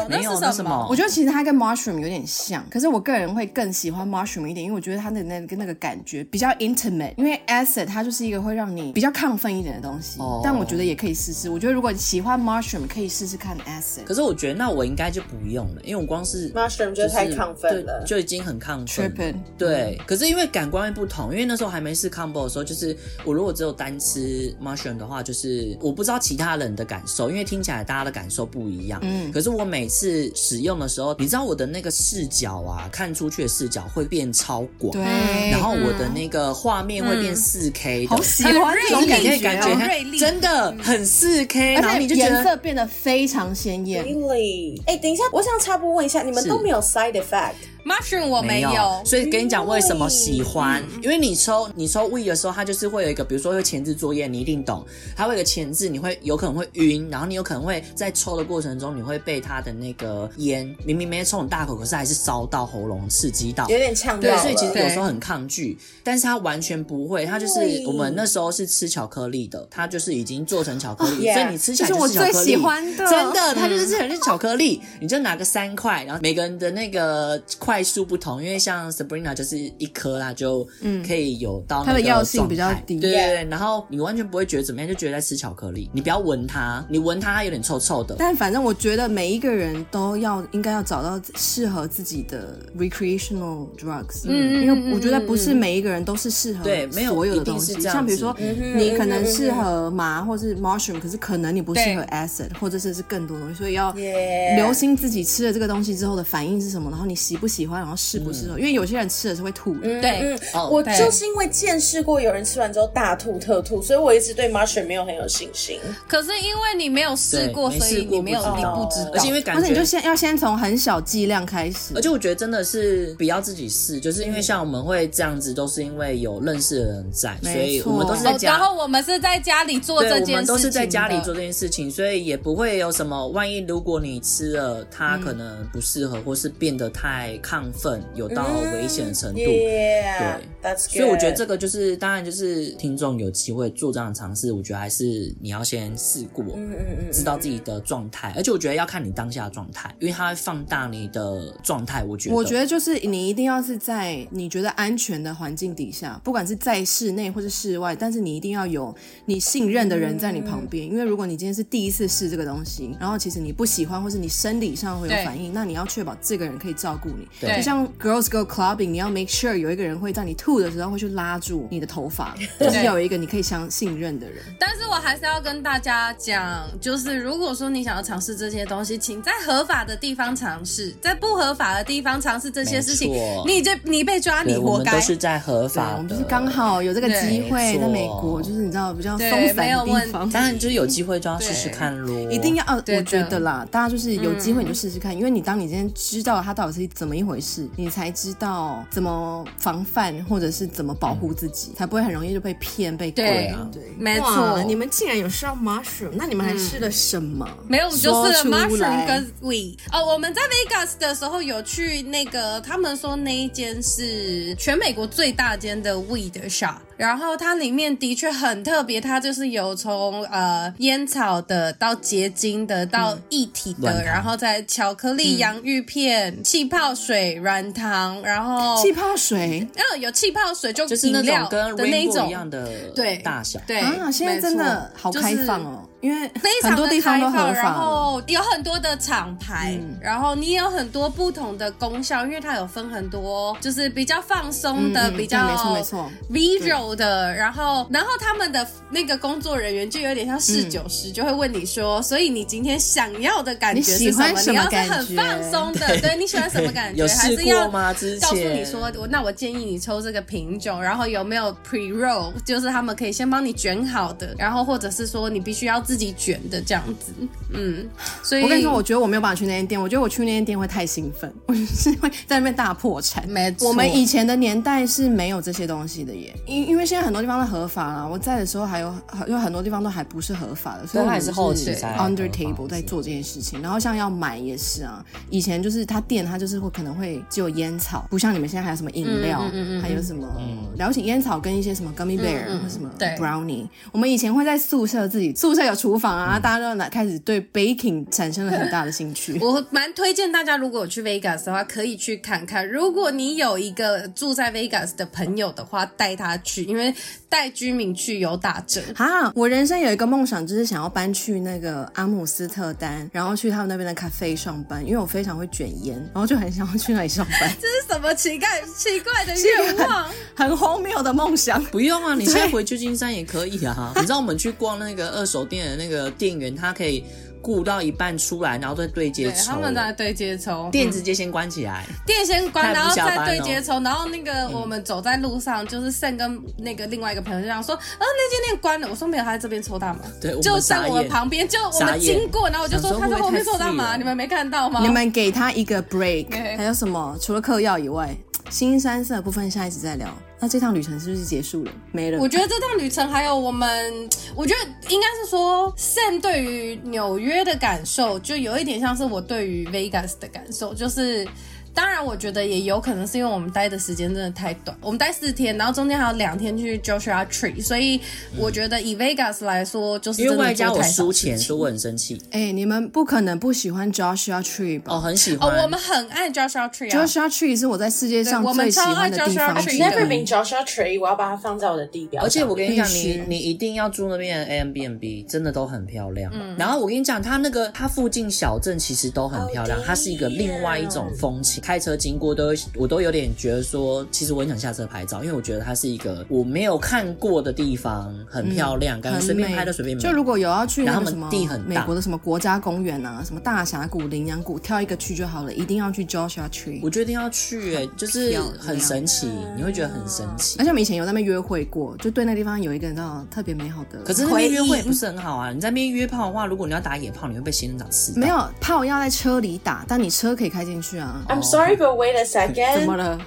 Speaker 2: acid？
Speaker 5: 那
Speaker 4: 没有那
Speaker 5: 是什
Speaker 4: 什
Speaker 5: 么
Speaker 4: 么，
Speaker 1: 我觉得其实它跟 mushroom 有点像，可是我个人会更喜欢 mushroom 一点，因为我觉得它的那个那个感觉比较 intimate。因为 acid 它就是一个会让你比较亢奋一点的东西，
Speaker 4: 哦
Speaker 1: 但我觉得也可以试试。我觉得如果你喜欢 mushroom，可以试试看 acid。
Speaker 4: 可是我觉得那我应该就不用了，因为我光是
Speaker 2: Mushroom
Speaker 4: 就
Speaker 2: 就
Speaker 4: 是
Speaker 2: 太亢奋了
Speaker 4: 对就已经很亢奋了
Speaker 1: Tripping。嗯
Speaker 4: 对，可是因为感官会不同，因为那时候还没试 combo 的时候，就是我如果只有单吃 mushroom 的话，就是我不知道其他人的感受，因为听起来大家的感受不一样。嗯，可是我每次使用的时候，你知道我的那个视角啊，看出去的视角会变超广，
Speaker 1: 对，
Speaker 4: 嗯
Speaker 1: 嗯
Speaker 4: 然后我的那个画面会变四 K 的。
Speaker 1: 好喜欢这种
Speaker 4: 你
Speaker 1: 感
Speaker 4: 可以
Speaker 1: 觉
Speaker 4: 感
Speaker 1: 啊、
Speaker 4: 觉
Speaker 5: 好锐利
Speaker 4: 它真的很四 K，
Speaker 1: 而
Speaker 4: 然后
Speaker 1: 且
Speaker 4: 你就觉
Speaker 1: 颜
Speaker 4: 得
Speaker 1: 色变得非常鲜艳。
Speaker 2: Really？哎、等一下，我想插播问一下，你们
Speaker 4: 是
Speaker 2: 都没有 side effect？
Speaker 5: mushroom 我没有，嗯
Speaker 4: 所以跟你讲为什么喜欢，因为你抽你抽 We 的时候，它就是会有一个，比如说会前置作业，你一定懂，它会有一个前置，你会有可能会晕，然后你有可能会在抽的过程中，你会被它的那个烟，明明没抽很大口，可是还是烧到喉咙，刺激到，
Speaker 2: 有点呛到
Speaker 4: 对，
Speaker 2: 了。
Speaker 4: 所以其实
Speaker 5: 对
Speaker 4: 有时候很抗拒，但是他完全不会，他就是
Speaker 2: 对
Speaker 4: 我们那时候是吃巧克力的，他就是已经做成巧克 力，
Speaker 2: Yeah
Speaker 4: 所以你吃起来
Speaker 1: 这是我
Speaker 4: 是巧克力，
Speaker 1: 最喜欢的
Speaker 4: 真的，它就是吃起来是巧克力，你就拿个三块，然后每个人的那个块数不同，因为像 Sabrina 就是一颗啦，就可以有
Speaker 1: 嗯
Speaker 4: 到
Speaker 1: 它的
Speaker 4: 那个
Speaker 1: 药性
Speaker 4: 状
Speaker 1: 比较
Speaker 4: 态
Speaker 1: 低
Speaker 4: 对对对，然后你完全不会觉得怎么样，就觉得在吃巧克力，你不要闻它，你闻它它有点臭臭的，
Speaker 1: 但反正我觉得每一个人都要应该要找到适合自己的 recreational drugs，嗯，因为我觉得不是每一个人都是适合
Speaker 4: 对没有
Speaker 1: 所有的
Speaker 4: 一定
Speaker 1: 东
Speaker 4: 是
Speaker 1: 西，
Speaker 4: 这样
Speaker 1: 像比如
Speaker 4: 子嗯
Speaker 1: 说你可能适合麻或是 mushroom，可是可能你不适合 acid 或者是是更多东西，所以要
Speaker 2: Yeah
Speaker 1: 留心自己吃了这个东西之后的反应是什么，然后你喜不喜欢，然后适不
Speaker 4: 嗯
Speaker 1: 适合，因为有些人吃了是会吐的，
Speaker 5: 对，
Speaker 4: 哦
Speaker 2: 我
Speaker 5: 对
Speaker 2: 就是因为见识过有人吃完之后大吐特吐，所以我一直对 mushroom 没有很有信心。
Speaker 5: 可是因为你没有试
Speaker 4: 对
Speaker 5: 过，
Speaker 4: 没
Speaker 5: 所
Speaker 4: 试
Speaker 5: 以你
Speaker 4: 过
Speaker 5: 没有，
Speaker 4: 不
Speaker 5: 你
Speaker 4: 知道
Speaker 5: 不知道。
Speaker 4: 而且因为感
Speaker 1: 或者
Speaker 4: 觉
Speaker 1: 你就先要先从很小剂量开始
Speaker 4: 而。且我觉得真的是不要自己试，就是
Speaker 5: 嗯
Speaker 4: 因为像我们会这样子，都是因为有认识的人在，所
Speaker 1: 没
Speaker 4: 以
Speaker 1: 错
Speaker 4: 我们都是
Speaker 5: 哦，
Speaker 4: 在
Speaker 5: 然
Speaker 4: 家。
Speaker 5: 后我们是在家里做这件
Speaker 4: 对，
Speaker 5: 事情
Speaker 4: 我
Speaker 5: 的，
Speaker 4: 们都是在家里做这件事情，所以也不会有什么。万一如果你吃了，它
Speaker 5: 嗯
Speaker 4: 可能不适合，或是变得太亢奋，有到危险的程度。
Speaker 5: 嗯
Speaker 2: Yeah，that's good。
Speaker 4: 所以我觉得这个就是，当然就是听众有机会做这样的尝试，我觉得还是你要先试过，
Speaker 2: 嗯嗯嗯，
Speaker 4: 知道自己的状态。而且我觉得要看你当下的状态，因为它会放大你的状态。我觉得，
Speaker 1: 我觉得就是你一定要是在你觉得安全的环境底下，不管是在室内或是室外，但是你一定要有你信任的人在你旁边，因为如果你今天是第一次试这个东西，然后其实你不喜欢或是你生理上会有
Speaker 5: 对
Speaker 1: 反应，那你要确保这个人可以照顾你。
Speaker 4: 对
Speaker 1: 就像 girls go clubbing，你要 make sure 有一个人会在你吐的时候会去拉住你的头发，就是要有一个你可以相信任的人。
Speaker 5: 但是我还是要跟大家讲，就是如果说你想要尝试这些东西，请在合法的地方尝试，在不合法的地方尝试这些事情
Speaker 4: 没错，
Speaker 5: 你这你被抓，
Speaker 4: 对
Speaker 5: 你
Speaker 4: 我
Speaker 5: 活
Speaker 4: 们
Speaker 5: 该
Speaker 4: 都。是在合
Speaker 1: 对，
Speaker 4: 法的，
Speaker 1: 我们就是刚。好有这个
Speaker 5: 对
Speaker 1: 机会，
Speaker 4: 没错
Speaker 1: 在美国就是你知道比较松
Speaker 5: 对
Speaker 1: 散
Speaker 5: 没有
Speaker 1: 的地
Speaker 5: 问
Speaker 1: 方。
Speaker 4: 当然，就是有
Speaker 3: 嗯
Speaker 4: 机会就要试试看咯，
Speaker 1: 一定要，呃
Speaker 5: 对
Speaker 1: 我觉
Speaker 5: 的
Speaker 1: 得啦，大家就是有机会你就试试看，因为你当你今天知道它到底是怎么一回事，你才知道怎么防范或者是怎么保护自己，才不会很容易就被骗被拐。
Speaker 5: 对
Speaker 4: 啊
Speaker 1: 对，
Speaker 5: 没
Speaker 1: 哇
Speaker 5: 错
Speaker 1: 你们竟然有吃到 mushroom，那你们还吃了什么？
Speaker 5: 没有，我们就是
Speaker 1: 说出
Speaker 5: mushroom
Speaker 1: 来
Speaker 5: 跟 we。哦，我们在 Vegas 的时候有去那个，他们说那一间是全美国最大间的 we 的 shop。
Speaker 3: 然后它里面的确很特别，它就是有从呃烟草的到结晶的到液体
Speaker 4: 软
Speaker 3: 的，
Speaker 4: 糖
Speaker 3: 然后再巧克力、
Speaker 1: 嗯
Speaker 3: 洋芋片、气泡水、软糖，然后
Speaker 1: 气泡水
Speaker 3: 然后有气泡水就
Speaker 4: 就是那
Speaker 3: 饮料
Speaker 4: 种跟
Speaker 3: 的那
Speaker 4: rainbow
Speaker 3: 种
Speaker 4: 一样的
Speaker 3: 对
Speaker 4: 大小，
Speaker 3: 对
Speaker 1: 啊，现在
Speaker 3: 没
Speaker 1: 真的
Speaker 3: 错
Speaker 1: 好开放。
Speaker 3: 就是
Speaker 1: 哦，因为
Speaker 3: 非常
Speaker 1: 很多
Speaker 3: 的
Speaker 1: 地方都
Speaker 3: 开放
Speaker 1: 合
Speaker 3: 然
Speaker 1: 法了。嗯
Speaker 3: 后有很多的厂牌，然后你也有很多不同的功效，因为它有分很多，就是比较放松的，
Speaker 1: 嗯嗯
Speaker 3: 比较
Speaker 1: 对没错没错
Speaker 3: v i o 的，然后然后他们的那个工作人员就有点像侍
Speaker 1: 嗯
Speaker 3: 酒师，就会问你说，所以你今天想要的感觉是
Speaker 1: 你喜
Speaker 3: 什
Speaker 1: 欢
Speaker 3: 么？
Speaker 1: 什么
Speaker 3: 你要是很
Speaker 1: 感觉
Speaker 3: 放松的，对你喜欢什么感觉？
Speaker 4: 有
Speaker 3: 还
Speaker 4: 试
Speaker 3: 是要
Speaker 4: 过吗？之
Speaker 3: 告
Speaker 4: 前
Speaker 3: 诉你说，我那我建议你抽这个品种，然后有没有 pre roll，就是他们可以先帮你卷好的，然后或者是说你必须要自己卷的这样子，嗯，所以
Speaker 1: 我跟你说，我觉得我没有办法去那间店，我觉得我去那间店会太兴奋， 我就是会在那边大破产。
Speaker 3: 没错
Speaker 1: 我们以前的年代是没有这些东西的耶，因因为现在很多地方都合法啦。我在的时候还有有很多地方都还不是合法的，所以我
Speaker 4: 它
Speaker 1: 们
Speaker 4: 也是后期
Speaker 1: 就
Speaker 4: 才合法
Speaker 1: under table 在做这件事情。然后像要买也是啊，以前就是它店它就是会可能会只有烟草，不像你们现在还有什么饮料，
Speaker 4: 嗯
Speaker 1: 还有什么了解烟草跟一些什么 gummy bear、或
Speaker 4: 嗯
Speaker 1: 什么
Speaker 3: 对
Speaker 1: brownie。我们以前会在宿舍自己，宿舍有厨房啊，大家都来开始对 baking 产生了很大的兴趣。
Speaker 3: 我蛮推荐大家，如果有去 Vegas 的话，可以去看看。如果你有一个住在 Vegas 的朋友的话，带他去，因为带居民去有打折。
Speaker 1: 哈，我人生有一个梦想，就是想要搬去那个阿姆斯特丹，然后去他们那边的咖啡上班，因为我非常会卷烟，然后就很想要去那里上班，
Speaker 3: 这是什么奇怪奇怪的愿 望？
Speaker 1: 很荒谬的梦想。
Speaker 4: 不用啊，你现在回旧金山也可以 啊。你知道我们去逛那个二手店的那个店员，他可以顾到一半出来，然后再对接
Speaker 3: 对，
Speaker 4: 抽。
Speaker 3: 他们嗯在对接抽。
Speaker 4: 店直接先关起来，
Speaker 3: 电先关，
Speaker 4: 太不
Speaker 3: 然后
Speaker 4: 下
Speaker 3: 再
Speaker 4: 班哦嗯
Speaker 3: 对
Speaker 4: 了
Speaker 3: 接抽，然后那个我们走在路上，就是胜跟那个另外一个朋友就想说，呃，那间店关了，我说没有，他在这边抽大麻，
Speaker 4: 对我们
Speaker 3: 就
Speaker 4: 傻
Speaker 3: 在
Speaker 4: 眼
Speaker 3: 我们旁边，就我
Speaker 4: 傻
Speaker 3: 们
Speaker 4: 眼
Speaker 3: 经过，然后我就
Speaker 4: 想
Speaker 3: 说
Speaker 4: 说
Speaker 3: 他在
Speaker 4: 会不会
Speaker 3: 后面
Speaker 4: 太
Speaker 3: 抽大麻，
Speaker 4: free 了
Speaker 3: 你们没看到吗？
Speaker 1: 你们给他一个 break，
Speaker 3: 对
Speaker 1: 还有什么？除了嗑药以外，新山色的部分下一集再聊。那这趟旅程是不是结束了？没 了
Speaker 3: 我。觉得这趟旅程还有我们，我觉得应该是说，Sam 对于纽约的感受，就有一点像是我对于 Vegas 的感受，就是。当然，我觉得也有可能是因为我们待的时间真的太短，我们待四天，然后中间还有两天去 Joshua Tree，所以我觉得以 Vegas 来说，就是
Speaker 4: 因为
Speaker 3: 真的
Speaker 4: 外加
Speaker 3: 做
Speaker 4: 我
Speaker 3: 太少
Speaker 4: 输
Speaker 3: 事
Speaker 4: 钱，
Speaker 3: 情
Speaker 4: 所以我很生气。
Speaker 1: 哎、你们不可能不喜欢 Joshua Tree 吧、
Speaker 4: 哦，很喜
Speaker 3: 哦
Speaker 4: 欢。，
Speaker 3: 我们很爱 Joshua Tree 啊，
Speaker 1: Joshua Tree 是我在世界上
Speaker 3: 对我们
Speaker 1: 最喜欢
Speaker 3: 超
Speaker 1: 的
Speaker 3: 爱
Speaker 1: 地方
Speaker 3: Joshua
Speaker 1: 之
Speaker 3: Tree
Speaker 1: 一。
Speaker 3: 的
Speaker 2: Never been Joshua Tree，我要把它放在我的地表上。
Speaker 4: 而且我跟你讲，
Speaker 1: 必须
Speaker 4: 你你一定要住那边的 a m b n b 真的都很漂亮。
Speaker 1: 嗯
Speaker 4: 然后我跟你讲，它那个它附近小镇其实都很
Speaker 1: 哦
Speaker 4: 漂亮，
Speaker 2: Oh,
Speaker 4: 它是一个另外一种风情。开车经过都会，我都有点觉得说，其实我很想下车拍照，因为我觉得它是一个我没有看过的地方，很漂亮，感觉
Speaker 1: 嗯很
Speaker 4: 随便
Speaker 1: 美
Speaker 4: 拍都随便美。
Speaker 1: 就如果有要去那
Speaker 4: 然后
Speaker 1: 个
Speaker 4: 他
Speaker 1: 什
Speaker 4: 们
Speaker 1: 么
Speaker 4: 地很大
Speaker 1: 美国的什么国家公园啊，什么大峡谷、羚羊谷，挑一个区就好了，一定要去 Joshua Tree。
Speaker 4: 我决定要去、欸，就是很神奇，
Speaker 1: 嗯
Speaker 4: 你会觉得很神奇
Speaker 1: 而。且我们以前有在那边约会过，就对那地方有一个你知道特别美好的。
Speaker 4: 可是那边约会不是很好啊，你在那边约炮的话，如果你要打野炮，你会被仙人掌刺到。
Speaker 1: 没有炮要在车里打，但你车可以开进去 啊。
Speaker 2: I'm sorry, but wait a
Speaker 4: 哦
Speaker 1: 怎么
Speaker 2: second。
Speaker 1: 了？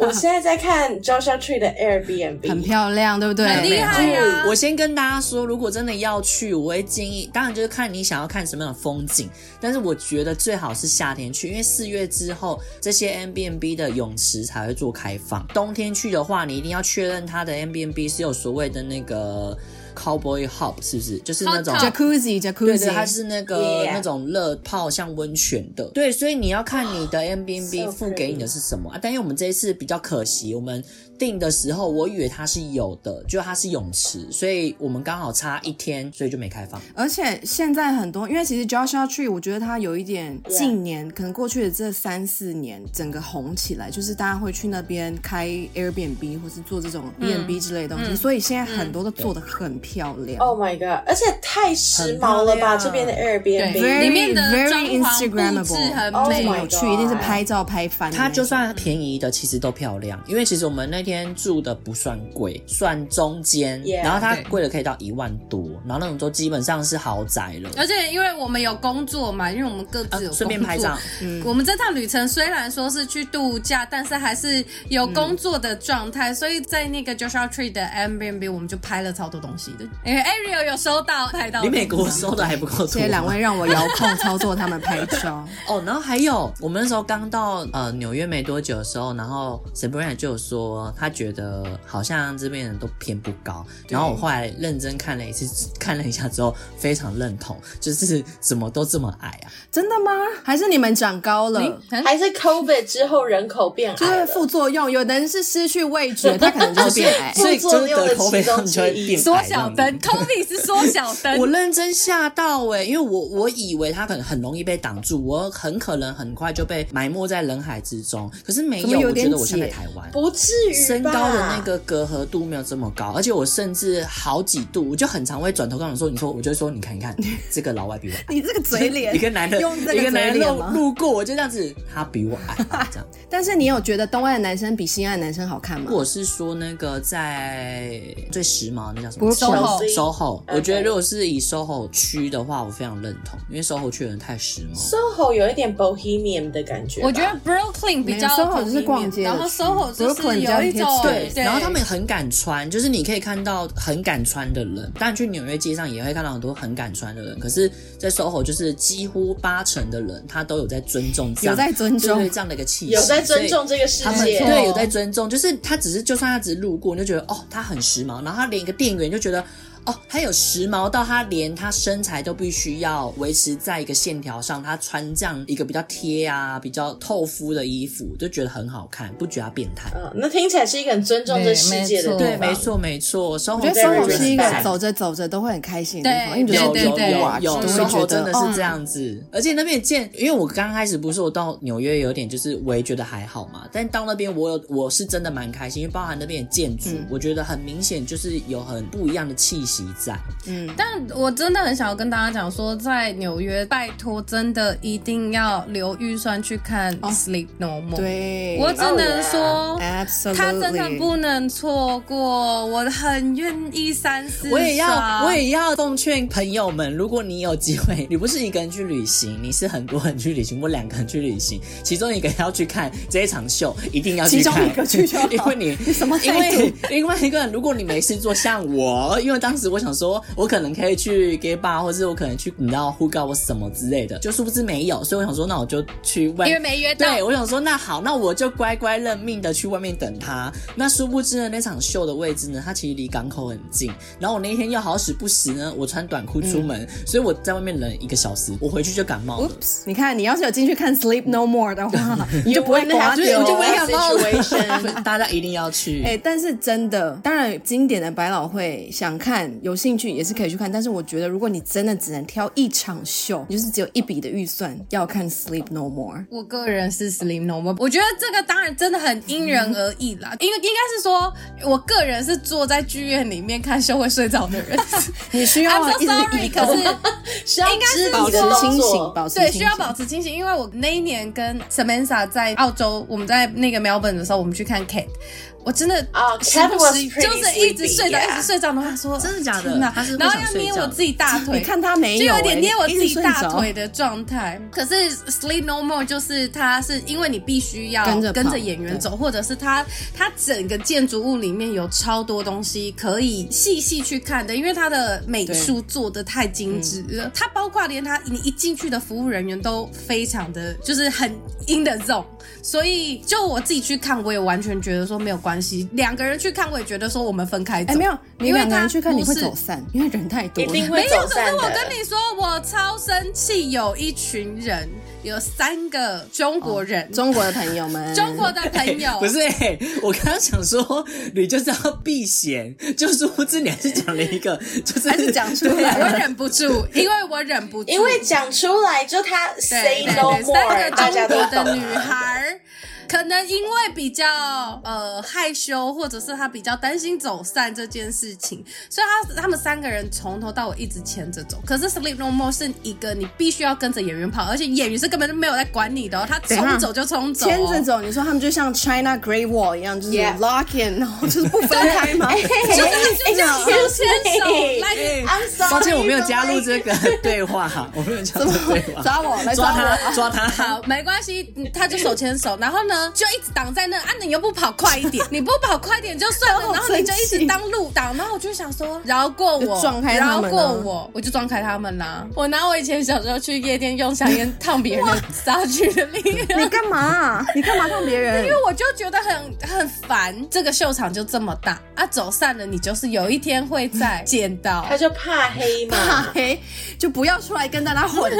Speaker 2: 我现在在看 Joshua Tree 的 Airbnb，
Speaker 1: 很漂亮，对不对？
Speaker 3: 很厉害呀、
Speaker 4: 我先跟大家说，如果真的要去，我会建议，当然就是看你想要看什么样的风景，但是我觉得最好是夏天去，因为四月之后这些 M B N B 的泳池才会做开放。冬天去的话，你一定要确认它的 M B N B 是有所谓的那个 Cowboy Hop，是不是？就是那种
Speaker 5: Hot tub
Speaker 1: Jacuzzi
Speaker 4: 对对，它
Speaker 1: Jacuzzi，
Speaker 4: 是那个
Speaker 2: Yeah
Speaker 4: 那种热泡像温泉的，啊对，所以你要看你的 M B N B
Speaker 2: So
Speaker 4: 付给你的是什么啊？但因为我们这一次比较可惜，我们订的时候我以为它是有的，就它是泳池，所以我们刚好差一天，所以就没开放。
Speaker 1: 而且现在很多，因为其实 Joshua Tree，我觉得它有一点
Speaker 2: Yeah
Speaker 1: 近年可能过去的这三四年，整个红起来，就是大家会去那边开 Airbnb 或是做这种
Speaker 5: 嗯
Speaker 1: B&B 之类的东西，所以现在很多都做的很漂亮。
Speaker 5: 哦
Speaker 2: Oh my god！而且太时髦了吧，
Speaker 4: 很漂亮
Speaker 2: 这边的
Speaker 1: 对
Speaker 2: Airbnb。
Speaker 1: Very-
Speaker 5: 里面的
Speaker 1: very
Speaker 5: 装潢布置
Speaker 1: Instagrammable
Speaker 5: 很
Speaker 2: Oh
Speaker 5: 美
Speaker 2: my
Speaker 1: 有趣，一定是拍照拍翻的那种。
Speaker 4: 它就算便宜的，其实都漂亮，因为其实我们那天住的不算贵，算中间
Speaker 2: Yeah
Speaker 4: 然后它贵的可以到一万多，然后那种都基本上是豪宅了。
Speaker 5: 而且因为我们有工作嘛，因为我们各自有工作，
Speaker 4: 啊顺便拍照嗯
Speaker 5: 我们这趟旅程虽然说是去度假，但是还是有
Speaker 4: 嗯
Speaker 5: 工作的状态，所以在那个 Joshua Tree 的 Airbnb 我们就拍了超多东西的。因为 Ariel 有收到拍到，
Speaker 4: 比美国收的还不够多吗。啊
Speaker 1: 谢谢两位让我遥控操作他们拍照。
Speaker 4: 哦，然后还有，我们那时候刚到呃纽约没多久的时候，然后 Sabrina 就有说，他觉得好像这边人都偏不高。然后我后来认真看了一次， 看了一下之后非常认同，就是怎么都这么矮啊。
Speaker 1: 真的吗？还是你们长高了？
Speaker 2: 还是 COVID 之后人口变
Speaker 1: 就
Speaker 2: 矮
Speaker 1: 是
Speaker 2: 了，
Speaker 1: 副作用，有的人是失去味觉，他可能哦就会变矮。
Speaker 4: 所以就是得
Speaker 2: 副作用
Speaker 4: COVID
Speaker 2: 的其中之一
Speaker 4: 他们就会变矮
Speaker 3: 缩小
Speaker 4: 这样
Speaker 3: 灯
Speaker 4: 子
Speaker 3: ，Kobe 是缩 小
Speaker 4: 我
Speaker 3: 灯，
Speaker 4: 认真吓到哎、因为我我以为他可能很容易被挡住，我很可能很快就被埋没在人海之中。可是没
Speaker 1: 怎么有
Speaker 4: 我觉
Speaker 1: 点
Speaker 4: 得我像在
Speaker 1: 解
Speaker 4: 台湾。
Speaker 2: 不至于吧
Speaker 4: 身高的那。个隔阂度没有这么高，而且我甚至好几度，我就很常会转头跟我说：“你说，我就说，你看，你看，这个老外比我矮。
Speaker 1: 你这个嘴脸，
Speaker 4: 一个男的，
Speaker 1: 用这
Speaker 4: 一
Speaker 1: 个
Speaker 4: 个
Speaker 1: 嘴
Speaker 4: 男的
Speaker 1: 脸
Speaker 4: 路
Speaker 1: 吗？
Speaker 4: 路过，我就这样子，他比我 矮，这样。
Speaker 1: 但是你有觉得东岸的男生比西岸的男生好看吗
Speaker 4: 如？果是说那个在最时髦，那叫什
Speaker 1: 不
Speaker 4: 么？
Speaker 1: 是 SOHO
Speaker 2: SOHO
Speaker 4: 售后。
Speaker 2: OK
Speaker 4: 我觉得如果是以售后区的话，我非常认同，因为售后区的人太时髦。
Speaker 2: SOHO 有一点 bohemian 的感觉吧，
Speaker 3: 我觉得 Brooklyn 比较
Speaker 1: 没有，SoHo 就是
Speaker 3: convenient，
Speaker 1: 逛街的
Speaker 3: 然后 SOHO 就
Speaker 1: Brooklyn
Speaker 3: 是
Speaker 1: 比较
Speaker 3: 有一种
Speaker 1: hipster
Speaker 3: 对，
Speaker 4: 然后他们很敢穿，就是你可以看到很敢穿的人，当然去纽约街上也会看到很多很敢穿的人。可是，在 SOHO 就是几乎八成的人，他都有在尊重这样，
Speaker 1: 有在尊重
Speaker 4: 对对这样的一个气息，
Speaker 2: 有在尊
Speaker 4: 所以
Speaker 2: 重这个世
Speaker 4: 他们
Speaker 2: 界，
Speaker 4: 对有在尊重，就是他只是就算他只是路过，你就觉得哦，他很时髦，然后他连一个店员就觉得哦，他有时髦到他连他身材都必须要维持在一个线条上，他穿这样一个比较贴啊、比较透肤的衣服，就觉得很好看，不觉得他变态。
Speaker 2: 嗯，那听起来是一个很尊重这世界的地方
Speaker 4: 对，没。错没错，我
Speaker 1: 我觉得
Speaker 2: Very
Speaker 1: SOHO 是一个
Speaker 2: respect
Speaker 1: 走着走着都会很开心的地方，
Speaker 3: 对
Speaker 1: 因为你
Speaker 4: 有
Speaker 1: 啊就
Speaker 3: 对
Speaker 1: 是
Speaker 4: 有
Speaker 3: 对
Speaker 4: 有有，
Speaker 1: 都
Speaker 4: 时
Speaker 1: 会觉
Speaker 4: 候真
Speaker 1: 得
Speaker 4: 的
Speaker 1: 哦
Speaker 4: 是这样子。而且那边见，因为我刚开始不是我到纽约有点就是我也觉得还好嘛，但到那边我有我是真的蛮开心，因为包含那边的建筑，
Speaker 1: 嗯
Speaker 4: 我觉得很明显就是有很不一样的气息在。
Speaker 1: 嗯，
Speaker 3: 但我真的很想要跟大家讲说，在纽约，拜托，真的一定要留预算去看《Sleep No More》。，
Speaker 1: 哦对，
Speaker 3: 嗯我只能说
Speaker 1: Oh, yeah.
Speaker 3: 他真的不能错过。我很愿意三思。
Speaker 4: 我也要，我也要奉劝朋友们，如果你有机会， 你不是一个人去旅行，你是很多人去旅行，或两个人去旅行，其中一个要去看这一场秀，一定要去
Speaker 1: 其中
Speaker 4: 看，
Speaker 1: 一个去就好
Speaker 4: 因为你
Speaker 1: 你什么
Speaker 4: 因
Speaker 1: 态度
Speaker 4: 为 另外一个人，如果你没事做，像我，因为当时我想说，我可能可以去 gay bar，或是我可能去你知道 hook up 或什么之类的，就殊不知没有，所以我想说，那我就去外，
Speaker 3: 因为没约到
Speaker 4: 对，我想说，那好，那我就乖乖认命的去外面等他。那殊不知呢，那场秀的位置呢，它其实离港口很近。然后我那一天又好死不死呢，我穿短裤
Speaker 1: 嗯
Speaker 4: 出门，所以我在外面冷一个小时，我回去就感冒了。
Speaker 1: 你看，你要是有进去看《Sleep No More》的话，你就不会
Speaker 2: wouldn't have
Speaker 1: 刮
Speaker 2: to
Speaker 4: 哦
Speaker 1: 掉，
Speaker 2: do
Speaker 1: 不
Speaker 2: that
Speaker 1: 会
Speaker 2: situation
Speaker 4: 大家一定要去。
Speaker 1: 啊哎、但是真的，当然经典的百老汇想看有兴趣也是可以去看，但是我觉得如果你真的只能挑一场秀，你就是只有一笔的预算要看《Sleep No More》。
Speaker 3: 我个人是 Slim No More，我觉得这个当然真的很因人而异啦。
Speaker 1: 嗯
Speaker 3: 因为应该是说，我个人是坐在剧院里面看秀会睡着的人。
Speaker 1: 你需要
Speaker 3: I'm so
Speaker 1: 一直
Speaker 3: sorry，
Speaker 1: 移
Speaker 3: 可
Speaker 1: 动
Speaker 3: 是。
Speaker 2: 需要
Speaker 3: 应该
Speaker 2: 肢
Speaker 3: 是
Speaker 2: 体
Speaker 1: 保持
Speaker 2: 的动
Speaker 1: 清醒，
Speaker 2: 作
Speaker 1: 保持清
Speaker 3: 对，
Speaker 1: 醒
Speaker 3: 需要保持清醒，因为我那一年跟 Samantha 在澳洲，我们在那个苗本的时候，我们去看 Kate，我真的
Speaker 2: 啊
Speaker 3: 时不
Speaker 2: Kate was
Speaker 3: 时
Speaker 2: pretty
Speaker 3: 就是一直睡着，
Speaker 2: sleepy，yeah
Speaker 3: 一直睡着，然后他说
Speaker 4: 真的假的
Speaker 3: 天哪
Speaker 4: 他是不
Speaker 3: 然后
Speaker 4: 想
Speaker 3: 要
Speaker 4: 睡
Speaker 3: 捏
Speaker 4: 觉
Speaker 3: 我自己大腿，
Speaker 1: 你看他没有、
Speaker 3: 就有欸点
Speaker 1: 哎
Speaker 3: 捏我
Speaker 1: 一
Speaker 3: 自
Speaker 1: 直
Speaker 3: 己
Speaker 1: 睡
Speaker 3: 大
Speaker 1: 着
Speaker 3: 腿的状态。可是 Sleep No More 就是它是因为你必须要
Speaker 1: 跟着跑
Speaker 3: 跟着演员走，或者是它它整个建筑物里面有超多东西可以细细去看的，因为它的美术做的太精致了。它包括连它你一进去的服务人员都非常的就是很 in the zone，所以就我自己去看，我也完全觉得说没有关系。两个人去看，我也觉得说我们分开走。
Speaker 1: 哎、没有，你
Speaker 3: 因为
Speaker 1: 两个人
Speaker 3: 他
Speaker 1: 去看你
Speaker 3: 不
Speaker 1: 会
Speaker 3: 是
Speaker 1: 走散，因为人太多
Speaker 2: 一
Speaker 1: 了。
Speaker 2: 定
Speaker 3: 没
Speaker 2: 会
Speaker 3: 有，
Speaker 2: 走
Speaker 3: 可是
Speaker 2: 散
Speaker 3: 我
Speaker 2: 的。
Speaker 3: 跟你说，我超生气，有一群人，有三个中国人，
Speaker 1: 中国的朋友们，
Speaker 3: 中国的朋
Speaker 1: 啊
Speaker 3: 友，
Speaker 4: 不是、欸，我刚刚想说你就是要避嫌，就殊不知你还是讲了一个，就是
Speaker 1: 还是讲出
Speaker 4: 对
Speaker 1: 来
Speaker 3: 我忍不住，因为我忍不住，
Speaker 2: 因为讲出来就他
Speaker 3: 对
Speaker 2: say
Speaker 3: 对
Speaker 2: no
Speaker 3: 对，
Speaker 2: more，大
Speaker 3: 三
Speaker 2: 家
Speaker 3: 个中
Speaker 2: 都懂
Speaker 3: 国的女孩儿，可能因为比较呃害羞，或者是她比较担心走散这件事情，所以她他们三个人从头到尾一直牵着走。可是 Sleep No More 是一个你必须要跟着演员跑，而且演员是根本就没有在管你的、哦，他
Speaker 1: 一下
Speaker 3: 冲走就冲走、哦，
Speaker 1: 牵着走，你说他们就像 China Great Wall 一样，就是
Speaker 2: Yeah
Speaker 1: 哎 lock in，然后就是不分开吗？
Speaker 3: 就是就是牵手 no,
Speaker 1: 哎
Speaker 3: like I'm sorry，
Speaker 4: 抱歉，我没有加入这个对话，我没有加入对话。
Speaker 1: 抓我来
Speaker 4: 抓
Speaker 1: 抓我！啊
Speaker 4: 他，抓他！
Speaker 3: 好，没关系，嗯他就手牵手，然后呢，就一直挡在那啊，你又不跑快一 点，你不跑快一点就算了，
Speaker 1: 我好
Speaker 3: 然后你就
Speaker 1: 生
Speaker 3: 一
Speaker 1: 气
Speaker 3: 直当路挡，然后我就想说饶过我，
Speaker 1: 就撞开他
Speaker 3: 饶
Speaker 1: 们啊
Speaker 3: 过我，我就撞开他们啦、我拿我以前小时候去夜店用香烟烫别人的杀菌的力量，
Speaker 1: 你干嘛？你干嘛烫别人？
Speaker 3: 因为我就觉得很很烦，这个秀场就这么大啊，走散了你就是有一天会再见到。
Speaker 2: 他就怕黑嘛，
Speaker 1: 怕黑，就不要出来跟大家混。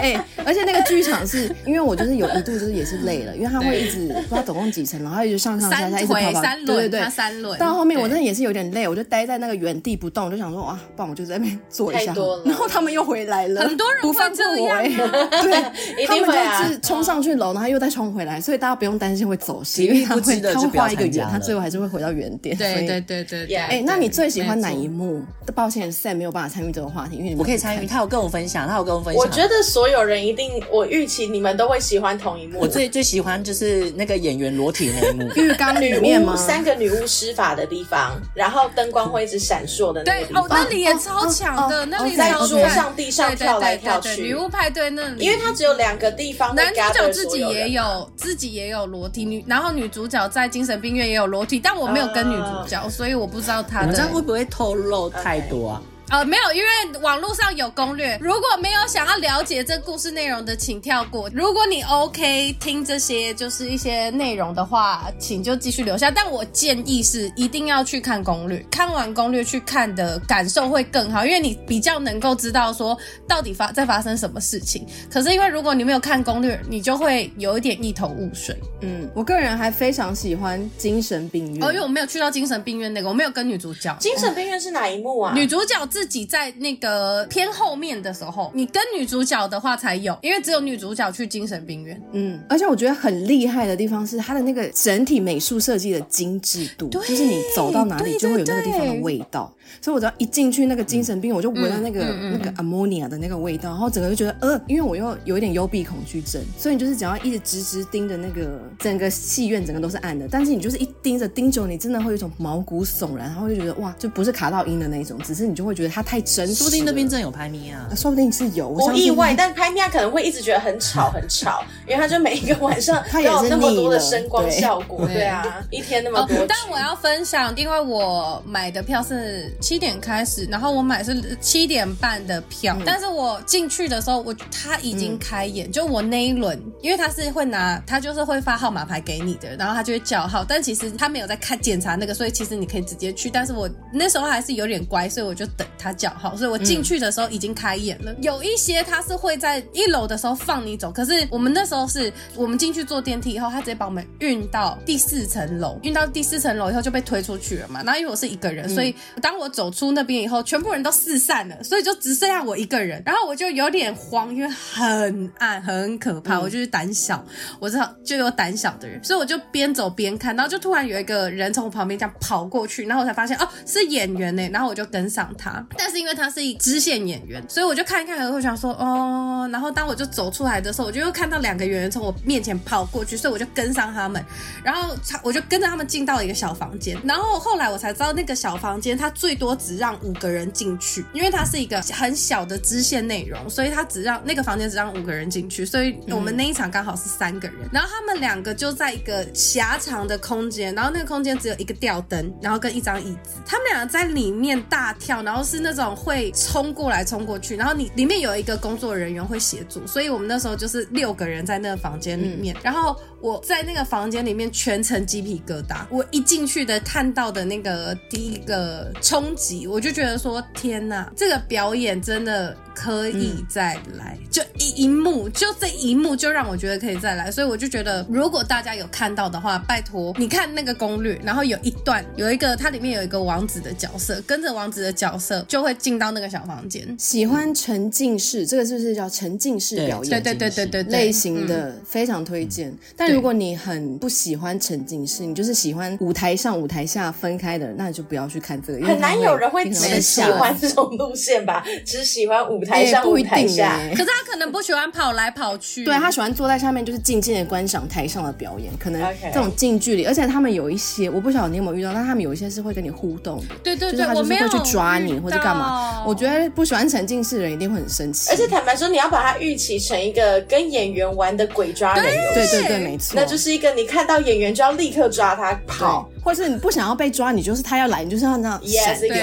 Speaker 1: 哎、而且那个剧场是因为我就是有一度就是也是累了，因为他会一直不知道总共几层，然后一直上上下
Speaker 3: 三
Speaker 1: 下一直跑
Speaker 3: 回
Speaker 1: 跑，
Speaker 3: 三
Speaker 1: 对
Speaker 3: 轮，
Speaker 1: 对对
Speaker 3: 他。三轮
Speaker 1: 到后面我
Speaker 3: 对
Speaker 1: 真的也是有点累，我就待在那个原地不动，就想说啊，不然我就在那边坐一下
Speaker 2: 太多了。
Speaker 1: 然后他们又回来了，
Speaker 3: 很多人
Speaker 1: 不放
Speaker 3: 会
Speaker 1: 过
Speaker 3: 这
Speaker 1: 我、
Speaker 3: 样
Speaker 1: 哎对，
Speaker 2: 一
Speaker 1: 他
Speaker 2: 定
Speaker 1: 们
Speaker 2: 会啊
Speaker 1: 就是冲上去楼，然后又再冲回来，所以大家不用担心会走心，因为他
Speaker 4: 体力
Speaker 1: 会
Speaker 4: 不支的
Speaker 1: 他
Speaker 4: 就
Speaker 1: 会
Speaker 4: 不要
Speaker 1: 画一个
Speaker 4: 参加
Speaker 1: 圆，他
Speaker 4: 了
Speaker 1: 最后还是会回到原点。所
Speaker 3: 对
Speaker 1: 以
Speaker 3: 对对对对。
Speaker 2: Yeah
Speaker 3: 对
Speaker 1: 哎、那你最喜欢哪
Speaker 3: 没错
Speaker 1: 一幕？抱歉，Sam 没有办法参与这个话题，因为你们
Speaker 4: 我可以参与，
Speaker 1: 嗯没看。
Speaker 4: 他有跟我分享，他有跟我分享。
Speaker 2: 我觉得所有人一定，我预期你们都会喜欢同一幕。
Speaker 4: 我最最喜欢就是那个演员裸体那一 幕，
Speaker 1: 浴缸
Speaker 2: 女
Speaker 1: 里面吗
Speaker 2: 巫？哎三个女巫施法的地方，然后灯光会一直闪烁的那个
Speaker 3: 对
Speaker 2: 地
Speaker 3: 哦
Speaker 2: 方，，
Speaker 3: 那里也超强的，
Speaker 1: 哦
Speaker 3: 那里
Speaker 1: 哦
Speaker 2: 在
Speaker 3: 超
Speaker 2: 桌
Speaker 3: 强
Speaker 2: 上、地上
Speaker 3: 对对
Speaker 2: 跳来
Speaker 3: 对
Speaker 2: 跳
Speaker 3: 对
Speaker 2: 去，
Speaker 3: 女巫派对那里，
Speaker 2: 因为它只有两个地方会
Speaker 3: 男主
Speaker 2: gather
Speaker 3: 角自己
Speaker 2: 所有人
Speaker 3: 也有自己也有裸体，女然后女主角在精神病院也有裸体，但我没有跟女主
Speaker 2: 啊
Speaker 3: 角，所以我不知道
Speaker 4: 我
Speaker 3: 她
Speaker 4: 们这
Speaker 3: 的
Speaker 4: 样会不会透露太多啊？
Speaker 3: 呃没有，因为网络上有攻略。如果没有想要了解这故事内容的，请跳过。如果你 OK 听这些就是一些内容的话，请就继续留下。但我建议是一定要去看攻略，看完攻略去看的感受会更好，因为你比较能够知道说到底发在发生什么事情。可是因为如果你没有看攻略，你就会有一点一头雾水。
Speaker 1: 嗯，我个人还非常喜欢精神病院。
Speaker 3: 哦，因为我没有去到精神病院那个，我没有跟女主角。
Speaker 2: 精神病院是哪一幕啊？
Speaker 3: 女主角自己在那个偏后面的时候，你跟女主角的话才有，因为只有女主角去精神病院。
Speaker 1: 嗯，而且我觉得很厉害的地方是它的那个整体美术设计的精致度，就是你走到哪里
Speaker 3: 对
Speaker 1: 就会有那个
Speaker 3: 对
Speaker 1: 地方的
Speaker 3: 对
Speaker 1: 味道。所以我只要一进去那个精神病院，我就闻到那个、
Speaker 3: 嗯嗯
Speaker 1: 那个 ammonia 的那个味道，然后整个就觉得呃，因为我又有一点幽闭恐惧症，所以你就是只要一直直直盯着那个整个戏院，整个都是暗的，但是你就是一盯着盯久，你真的会有一种毛骨悚然，然后就觉得哇，就不是卡到音的那一种，只是你就会觉得它太真实了。
Speaker 4: 说不定那边真的有拍咪啊
Speaker 1: 啊，说不定是有，我
Speaker 2: 不
Speaker 1: 相信
Speaker 2: 意
Speaker 1: 它
Speaker 2: 外，但拍米亚可能会一直觉得很吵很吵，因为他就每一个晚上
Speaker 1: 他
Speaker 2: 都
Speaker 1: 也是
Speaker 2: 有那么多
Speaker 1: 腻
Speaker 2: 的
Speaker 1: 了
Speaker 2: 声光
Speaker 1: 对
Speaker 2: 效果，对啊，一天那么
Speaker 3: 哦
Speaker 2: 多局。，
Speaker 3: 但我要分享，因为我买的票是七点开始，然后我买是七点半的
Speaker 2: 嗯
Speaker 3: 票，但是我进去的时候，我他已经开演，就我那一轮，因为他是会拿，他就是会发号码牌给你的，然后他就会叫号，但其实他没有在看检查那个，所以其实你可以直接去，但是我那时候还是有点乖，所以我就等他叫号，所以我
Speaker 2: 嗯
Speaker 3: 进去的时候已经开演了。有一些他是会在一楼的时候放你走，可是我们那时候是我们进去坐电梯以后，他直接把我们运到第四层楼，运到第四层楼以后就被推出去了嘛。然后因为我是一个人，所以当我走出那边以后，全部人都四散了，所以就只剩下我一个人。然后我就有点慌，因为很暗很可怕，我就是胆小。我知道就有胆小的人，所以我就边走边看，然后就突然有一个人从我旁边这样跑过去，然后我才发现哦是演员呢，然后我就跟上他，但是因为他是一支线演员，所以我就看一看，然后我想说哦，然后当我就走出来的时候，我就又看到两个演员从我面前跑过去，所以我就跟上他们，然后他我就跟着他们进到一个小房间，然后后来我才知道那个小房间它最多只让五个人进去，因为它是一个很小的支线内容，所以它只让那个房间只让五个人进去，所以我们那一场刚好是三个人，然后他们两个就在一个狭长的空间，然后那个空间只有一个吊灯，然后跟一张椅子，他们两个在里面大跳，然后是那种会冲过来冲过去，然后你里面有一个工作人员会协助，所以我们那时候就是六个人在那个房间里面，然后我在那个房间里面全程鸡皮疙瘩，我一进去的看到的那个第一个冲击，我就觉得说天呐，这个表演真的可以再来，就一一幕，就这一幕就让我觉得可以再来，所以我就觉得如果大家有看到的话，拜托你看那个攻略，然后有一段有一个它里面有一个王子的角色，跟着王子的角色就会进到那个小房间。
Speaker 1: 喜欢沉浸式，这个是不是叫沉浸式
Speaker 4: 对
Speaker 1: 表
Speaker 4: 沉
Speaker 1: 演？
Speaker 3: 对对对对对对，
Speaker 1: 类型
Speaker 2: 嗯
Speaker 1: 的非常推荐，但如果你很不喜欢沉浸式，你就是喜欢舞台上舞台下分开的，那你就不要去看这个，因为
Speaker 2: 很难有人会
Speaker 1: 会
Speaker 2: 只喜欢这种路线吧？只喜欢舞台
Speaker 1: 台
Speaker 2: 上、
Speaker 1: 哎不
Speaker 2: 舞
Speaker 1: 一
Speaker 2: 台
Speaker 1: 定
Speaker 2: 下。
Speaker 1: 欸
Speaker 3: 可是他可能不喜欢跑来跑去。
Speaker 1: 对他喜欢坐在下面，就是静静的观赏台上的表演，可能
Speaker 2: OK
Speaker 1: 这种近距离，而且他们有一些，我不晓得你有没有遇到，但他们有一些是会跟你互动的，
Speaker 3: 对对
Speaker 1: 就是
Speaker 3: 对，
Speaker 1: 他
Speaker 3: 我
Speaker 1: 就是
Speaker 3: 没有
Speaker 1: 会去抓
Speaker 3: 遇
Speaker 1: 你
Speaker 3: 到
Speaker 1: 或者干嘛。我觉得不喜欢沉浸式的人一定会很生气，
Speaker 2: 而且坦白说，你要把它预期成一个跟演员玩的鬼抓人游
Speaker 1: 对
Speaker 2: 戏，
Speaker 1: 对对，没错，
Speaker 2: 那就是一个你看到演员就要立刻抓他跑。
Speaker 1: 对，或是你不想要被抓，你就是他要来，你就是要那样闪
Speaker 2: Yes,
Speaker 1: 掉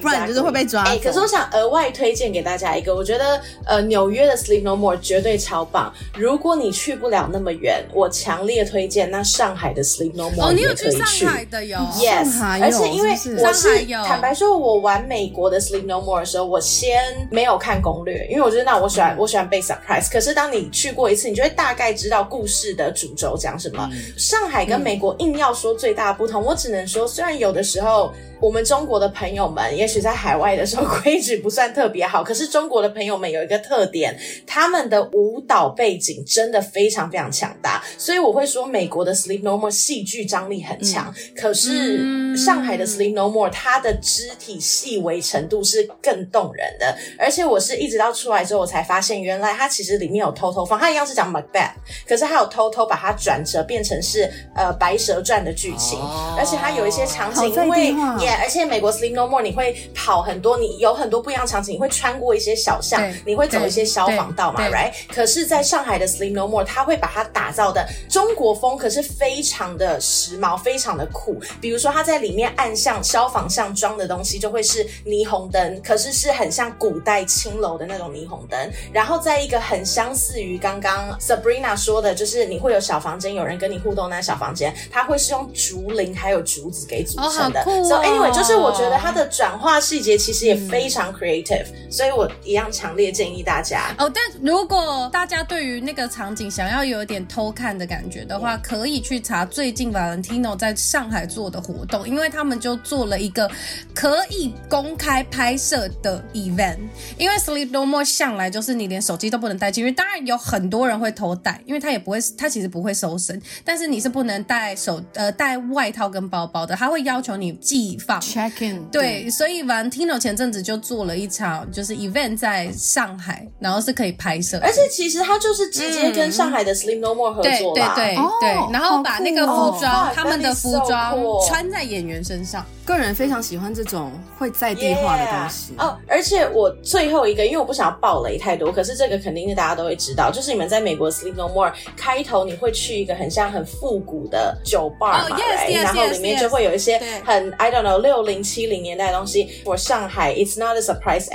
Speaker 1: 不然你就是会被抓走。
Speaker 2: 哎、可是我想额外推荐给大家一个，我觉得呃，纽约的 Sleep No More 绝对超棒。如果你去不了那么远，我强烈推荐那上海的 Sleep No More
Speaker 3: 哦，你
Speaker 2: 也
Speaker 3: 有
Speaker 2: 可
Speaker 3: 去
Speaker 2: 以
Speaker 3: 上海的有
Speaker 2: Yes，
Speaker 1: 上海有
Speaker 2: 而且因为
Speaker 1: 是不是
Speaker 2: 我
Speaker 3: 上海
Speaker 2: 是
Speaker 3: 有
Speaker 2: 坦白说，我玩美国的 Sleep No More 的时候，我先没有看攻略，因为我觉得那我喜
Speaker 1: 嗯
Speaker 2: 欢我喜欢被 surprise。可是当你去过一次，你就会大概知道故事的主轴讲什
Speaker 1: 嗯
Speaker 2: 么。上海跟美国硬要说最大的不同，我只能说，虽然有的时候。我们中国的朋友们，也许在海外的时候 规矩不算特别好，可是中国的朋友们有一个特点，他们的舞蹈背景真的非常非常强大，所以我会说美国的 Sleep No More 戏剧张力很强，
Speaker 1: 嗯
Speaker 2: 可是上海的 Sleep No More 它的肢体细微程度是更动人的，而且我是一直到出来之后我才发现，原来它其实里面有偷偷放，它一样是讲 Macbeth，可是它有偷偷把它转折变成是呃《白蛇传》的剧情，
Speaker 4: 哦
Speaker 2: 而且它有一些场
Speaker 1: 好
Speaker 2: 景，
Speaker 1: 在
Speaker 2: 因为
Speaker 1: 地化哦
Speaker 2: 也而且美国 Sleep No More 你会跑很多，你有很多不一样的场景，你会穿过一些小巷
Speaker 3: 对，
Speaker 2: 你会走一些消防道嘛
Speaker 3: 对对
Speaker 2: ，right？可是，在上海的 Sleep No More，它会把它打造的中国风，可是非常的时髦，非常的酷。比如说，它在里面暗巷、消防巷装的东西就会是霓虹灯，可是是很像古代青楼的那种霓虹灯。然后，在一个很相似于刚刚 Sabrina 说的，就是你会有小房间，有人跟你互动，那小房间它会是用竹林还有竹子给组成的。
Speaker 3: 哦好酷哦哦
Speaker 2: so anyway，就是我觉得它的转化细节其实也非
Speaker 3: 嗯
Speaker 2: 常 creative，、所以我一样强烈建议大家。
Speaker 3: 哦，但如果大家对于那个场景想要有一点偷看的感觉的话，可以去查最近 Valentino 在上海做的活动，因为他们就做了一个可以公开拍摄的 event。因为 Sleep No More 向来就是你连手机都不能带进去，当然有很多人会偷带，因为他也不会，他其实不会搜身，但是你是不能带手呃带外套跟包包的，他会要求你寄放。
Speaker 1: check in，
Speaker 3: 对，所以 Valentino 前阵子就做了一场就是 event 在上海，然后是可以拍摄的，
Speaker 2: 而且其实它就是直接跟上海的 Slim No More 合
Speaker 3: 对
Speaker 2: 作
Speaker 3: 嗯对
Speaker 2: 啦。
Speaker 3: 对
Speaker 1: 哦
Speaker 3: 对，然后把那个
Speaker 1: 好酷哦
Speaker 3: 服装
Speaker 2: 哇，
Speaker 3: 他们的
Speaker 2: that
Speaker 3: 服
Speaker 2: is so
Speaker 3: 装
Speaker 2: cool
Speaker 3: 穿在演员身上。
Speaker 1: 个人非常喜欢这种会在
Speaker 2: y
Speaker 1: 地
Speaker 2: e
Speaker 1: 化的东西。
Speaker 2: 哦，而且我最后一个，因为我不想要暴雷太多，可是这个肯定是大家都会知道，就是你们在美国 Sleep No More 开头，你会去一个很像很复古的酒吧嘛
Speaker 3: 哦，yes，
Speaker 2: right？
Speaker 3: yes，
Speaker 2: 然后
Speaker 3: yes，
Speaker 2: 里面
Speaker 3: yes
Speaker 2: 就会有一些
Speaker 3: 对
Speaker 2: 很 I don't know 六零七零年代的东西。我上海，It's not a surprise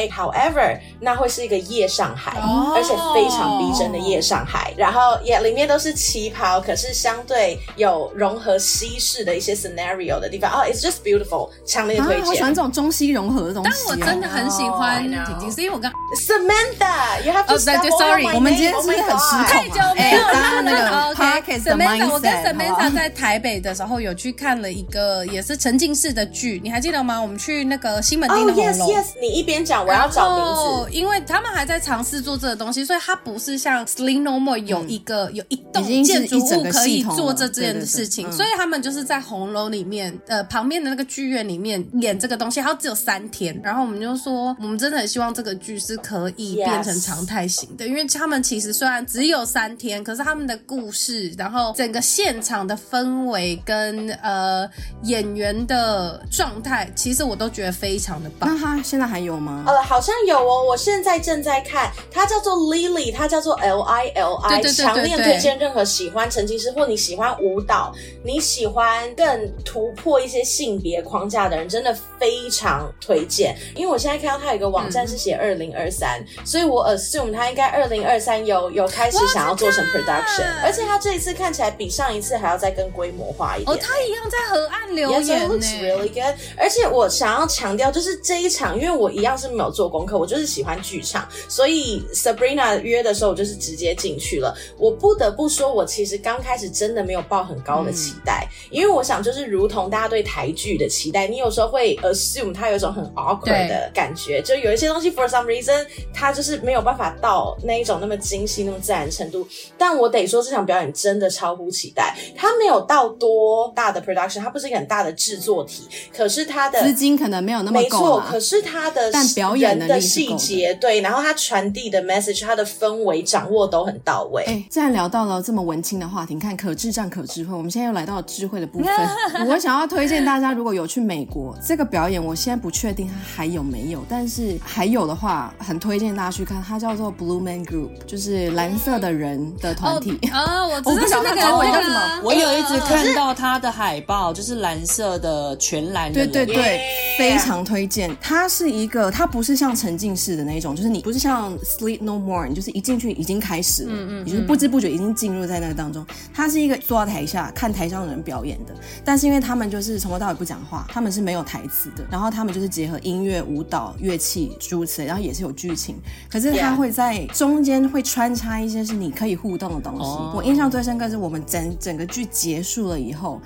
Speaker 2: anyway，however，那会是一个夜上海，
Speaker 3: 哦
Speaker 2: 而且非常逼真的夜上海。然后也里面都是旗袍，可是相对有融合西式的一些 scenario 的地方。哦，It's just beautiful，强烈
Speaker 1: 啊
Speaker 2: 推，
Speaker 1: 好喜
Speaker 2: 荐
Speaker 1: 欢。这种中西融合的东西、
Speaker 3: 但
Speaker 1: 哦。
Speaker 3: 我真的很喜欢
Speaker 2: I know
Speaker 3: 婷婷，是因为我刚
Speaker 2: Samantha, you have to
Speaker 3: Oh,
Speaker 2: stop
Speaker 3: that-
Speaker 2: all
Speaker 3: sorry.
Speaker 2: my
Speaker 1: 我们
Speaker 2: name.
Speaker 1: 今天
Speaker 2: Oh
Speaker 1: 是不是
Speaker 2: my
Speaker 1: 很失
Speaker 2: God.
Speaker 1: 控、啊？
Speaker 3: 太久没有
Speaker 1: 哎大家那个
Speaker 3: OK。
Speaker 1: podcast 的
Speaker 3: Samantha，我跟
Speaker 1: mindset，好不好
Speaker 3: Samantha 在台北的时候有去看了一个也是沉浸式的剧，你还记得吗？我们去那个西门
Speaker 1: 哦
Speaker 3: 町
Speaker 2: Oh
Speaker 3: 的红
Speaker 2: yes,
Speaker 3: 楼。
Speaker 2: yes. 你一边讲，我要找名
Speaker 3: 哦，因为他们还在尝试做这个东西，所以它不是像 Sling No More 有一个、有一
Speaker 1: 嗯已
Speaker 3: 栋
Speaker 1: 经是
Speaker 3: 建筑
Speaker 1: 一整
Speaker 3: 物
Speaker 1: 个
Speaker 3: 可以
Speaker 1: 系统了
Speaker 3: 做这
Speaker 1: 对
Speaker 3: 件
Speaker 1: 对对
Speaker 3: 事情，
Speaker 1: 嗯
Speaker 3: 所以他们就是在红楼里面，呃，旁边的那个剧院里面演这个东西，它只有三天。然后我们就说，我们真的很希望这个剧是可以
Speaker 2: Yes
Speaker 3: 变成常态型的，因为他们其实虽然只有三天，可是他们的故事，然后整个现场的氛围跟呃演员的状态，其实我都觉得非常的棒。
Speaker 1: 那他现在还有吗？
Speaker 2: 字。呃，好像有哦，我现在正在看，它叫做 Lily，它叫做 L I L
Speaker 3: 对
Speaker 2: I，
Speaker 3: 对对对
Speaker 2: 强烈
Speaker 3: 对
Speaker 2: 推荐任何喜欢沉浸式或你喜欢舞蹈、你喜欢更突破一些性别框架的人，真的非常推荐。因为我现在看到它有一个网站
Speaker 3: 嗯
Speaker 2: 是写二零二三，所以我 assume 它应该二零二三有有开始想要
Speaker 3: 哦
Speaker 2: 做成
Speaker 3: 啊
Speaker 2: production，而且它这一次看起来比上一次还要再更规模化一点。
Speaker 3: 哦，他一样在河岸留
Speaker 2: Yes,
Speaker 3: 言
Speaker 2: it
Speaker 3: 呢、
Speaker 2: looks really good。而且我想要强调，就是这一场，因为我一样是没有做功课，我就是喜欢剧场，所以 Sabrina 约的时候，我就是直接进去了。我不得
Speaker 1: 嗯
Speaker 2: 不说，我其实刚开始真的没有抱很高的期待，因为我想就是如同大家对台距的期待，你有时候会 assume 它有一种很 awkward
Speaker 5: 对
Speaker 2: 的感觉，就有一些东西 for some reason 它就是没有办法到那一种那么精细、那么自然的程度。但我得说，这场表演真的超乎期待，它没有到多大的 production，它不是一个很大的制作体，可是它的
Speaker 1: 资金可能没有那么
Speaker 2: 没
Speaker 1: 够啊
Speaker 2: 错，
Speaker 1: 啦
Speaker 2: 可是他的
Speaker 1: 但表演
Speaker 2: 人
Speaker 1: 能
Speaker 2: 的
Speaker 1: 力是
Speaker 2: 细
Speaker 1: 够的
Speaker 2: 节对，然后他传递的 message，他的氛围掌握都很到位。
Speaker 1: 哎、既然聊到了这么文青的话题，你看可智障可智慧，我们现在又来到了智慧的部分。我想要推荐大家，如果有去美国这个表演，我现在不确定它还有没有，但是还有的话，很推荐大家去看，它叫做 Blue Man Group，就是蓝色的人的团体。
Speaker 3: 哦
Speaker 5: 啊，我
Speaker 1: 我不
Speaker 5: 知
Speaker 1: 晓
Speaker 5: 道
Speaker 1: 得
Speaker 5: 是那
Speaker 1: 它
Speaker 5: 个
Speaker 1: 中文
Speaker 5: 那
Speaker 1: 叫
Speaker 5: 个
Speaker 1: 什么
Speaker 5: 啊
Speaker 4: 我有一直看到它的海报，就是蓝色的全蓝的
Speaker 1: 对对
Speaker 4: 人，
Speaker 1: 对
Speaker 2: Yeah
Speaker 1: 非常推荐。它是一个，它不是像沉浸式的那一种，就是你不是像 Sleep No More，你就是一进去已经开始
Speaker 4: 嗯
Speaker 1: 了，你就是不知不觉已经进入在那个当中。它是一个坐到台下看台上的人表演的，但是因为他们就是从头到尾不讲话，他们是没有台词的，然后他们就是结合音乐、舞蹈、乐器诸如此类，然后也是有剧情，可是它
Speaker 2: Yeah
Speaker 1: 会在中间会穿插一些是你可以互动的东西。
Speaker 4: 哦
Speaker 1: 我印象最深刻是我们整整个剧结束了以后，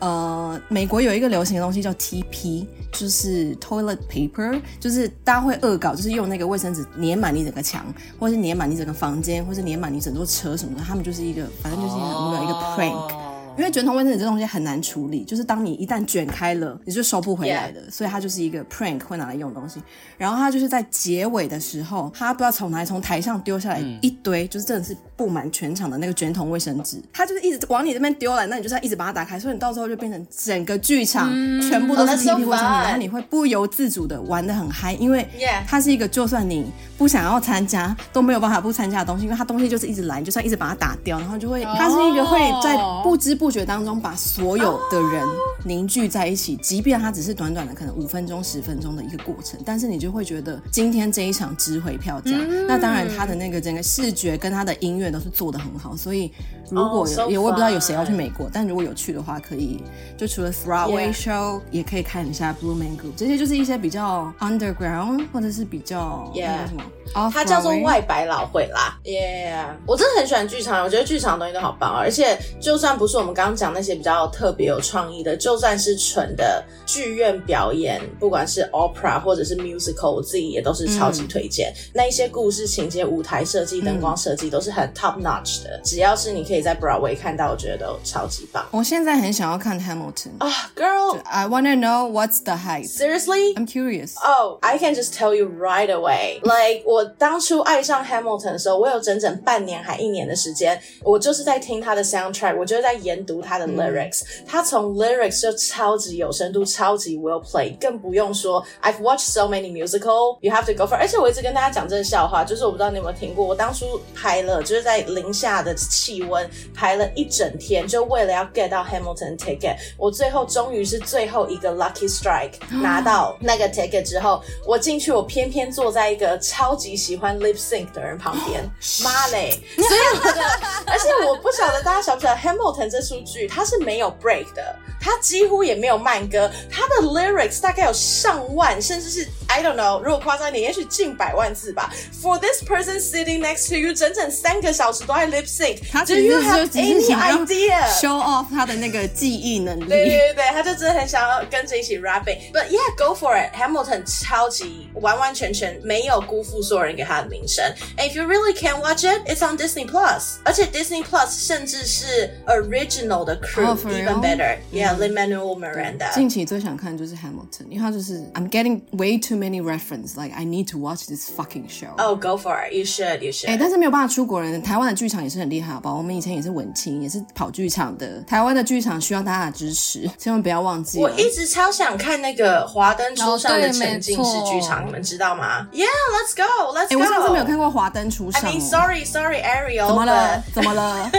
Speaker 1: 呃，美国有一个流行的东西叫 TP，就是 toilet paper，就是大家会恶搞，就是用那个卫生纸粘满你整个墙，或是粘满你整个房间，或是粘满你整座车什么的。他们就是一个，反正就是一个
Speaker 4: 哦
Speaker 1: 很无聊一个 prank。因为卷筒卫生纸这东西很难处理，就是当你一旦卷开了，你就收不回来的所以它就是一个 prank 会拿来用的东西。然后它就是在结尾的时候，他不知道从哪里从台上丢下来一堆，就是真的是布满全场的那个卷筒卫生纸，他就是一直往你这边丢来，那你就是要一直把它打开，所以你到时候就变成整个剧场、全部都是
Speaker 2: Oh, that's so
Speaker 1: PP 卫生纸，
Speaker 2: fun.
Speaker 1: 然后你会不由自主的玩的很嗨，因为
Speaker 2: Yeah.
Speaker 1: 它是一个就算你不想要参加都没有办法不参加的东西，因为它东西就是一直来，你就算一直把它打掉，然后就会它是一个会在不知不觉当中把所有的人凝聚在一起，即便它只是短短的可能五分钟、十分钟的一个过程，但是你就会觉得今天这一场值回票价。
Speaker 2: 嗯
Speaker 1: 那当然，它的那个整个视觉跟它的音乐都是做的很好，所以如果
Speaker 2: Oh,
Speaker 1: 有
Speaker 2: so
Speaker 1: 也我也不知道有谁
Speaker 2: fun.
Speaker 1: 要去美国，但如果有去的话，可以就除了 Broadway
Speaker 2: Yeah.
Speaker 1: show 也可以看一下 Blue Man Group，这些就是一些比较 underground 或者是比较
Speaker 2: Yeah.
Speaker 1: 那个什么 off
Speaker 2: 它叫做
Speaker 1: Broadway
Speaker 2: 外百老汇啦，Yeah！我真的很喜欢剧场，我觉得剧场的东西都好棒，而且就算不是我们刚刚讲那些比较特别有创意的，就算是纯的剧院表演，不管是 opera 或者是 musical，我自己也都是超级推荐。那一些故事情节、舞台设计、灯光设计都是很 top notch 的，只要是你可以在 Broadway 看到，我觉得都超级棒
Speaker 1: 我现在很想要看 Hamilton。
Speaker 2: 啊，Girl。
Speaker 1: I wanna know what's the hype.
Speaker 2: Seriously,
Speaker 1: I'm curious.
Speaker 2: Oh, I can just tell you right away. Like 我当初爱上 Hamilton 的时候，我有整整半年还一年的时间，我就是在听他的 soundtrack，我就是在研读他的 lyrics。他从 lyrics 就超级有深度，超级 well played，更不用说 I've watched so many musical, you have to go for。而且我一直跟大家讲这个笑话，就是我不知道你有没有听过，我当初拍了，就是在零下的气温排了一整天，就为了要 get 到 Hamilton ticket。我最后终于是最后一个 lucky strike 拿到那个 ticket 之后，我进去，我偏偏坐在一个超级喜欢 lip sync 的人旁边，妈嘞！哦所 以这个，而且我不晓得大家晓不晓得 Hamilton 这出剧它是没有 break 的，它几乎也没有慢歌，它的 lyrics 大概有上万，甚至是 I don't know，如果夸张一点，也许近百万字吧。For this person sitting next to you，整整三个小时都在 lip sync。
Speaker 1: 他
Speaker 2: Do
Speaker 1: 其
Speaker 2: you
Speaker 1: 实就
Speaker 2: have
Speaker 1: 只是
Speaker 2: any
Speaker 1: 想要
Speaker 2: idea？
Speaker 1: show off 他的那个记忆能
Speaker 2: 对
Speaker 1: 力。
Speaker 2: 对对，他就真的很想要跟着一起 rapping。But yeah, go for it. Hamilton 超级完完全全没有辜负所有人给他的名声。And if you really can't watch it, it's on Disney Plus. 而且 Disney Plus 甚至是 original 的 crew、
Speaker 1: Oh, for real?
Speaker 2: even better. Yeah, Lin Manuel Miranda.
Speaker 1: 近期最想看就是 Hamilton，因为他就是 I'm getting way too many reference, like I need to watch this fucking show.
Speaker 2: Oh, go for it. You should. You should.
Speaker 1: 哎、但是没有办法出国人，台湾的剧场也是很厉害，好不好？我们以前也是文青，也是跑剧场的。台湾的剧场需要大家的支持，千万不要忘记
Speaker 2: 我
Speaker 1: 了。
Speaker 2: 一直超想看那个《华灯初上》的
Speaker 5: 哦对
Speaker 2: 沉浸式剧场，你们知道吗？Yeah, let's go, let's
Speaker 1: 哎、
Speaker 2: go.
Speaker 1: 我上次没有看过《华灯初上
Speaker 2: I》mean,
Speaker 1: 哦
Speaker 2: sorry, sorry, Ariel.
Speaker 1: 怎么
Speaker 2: but-
Speaker 1: 了？怎么 了？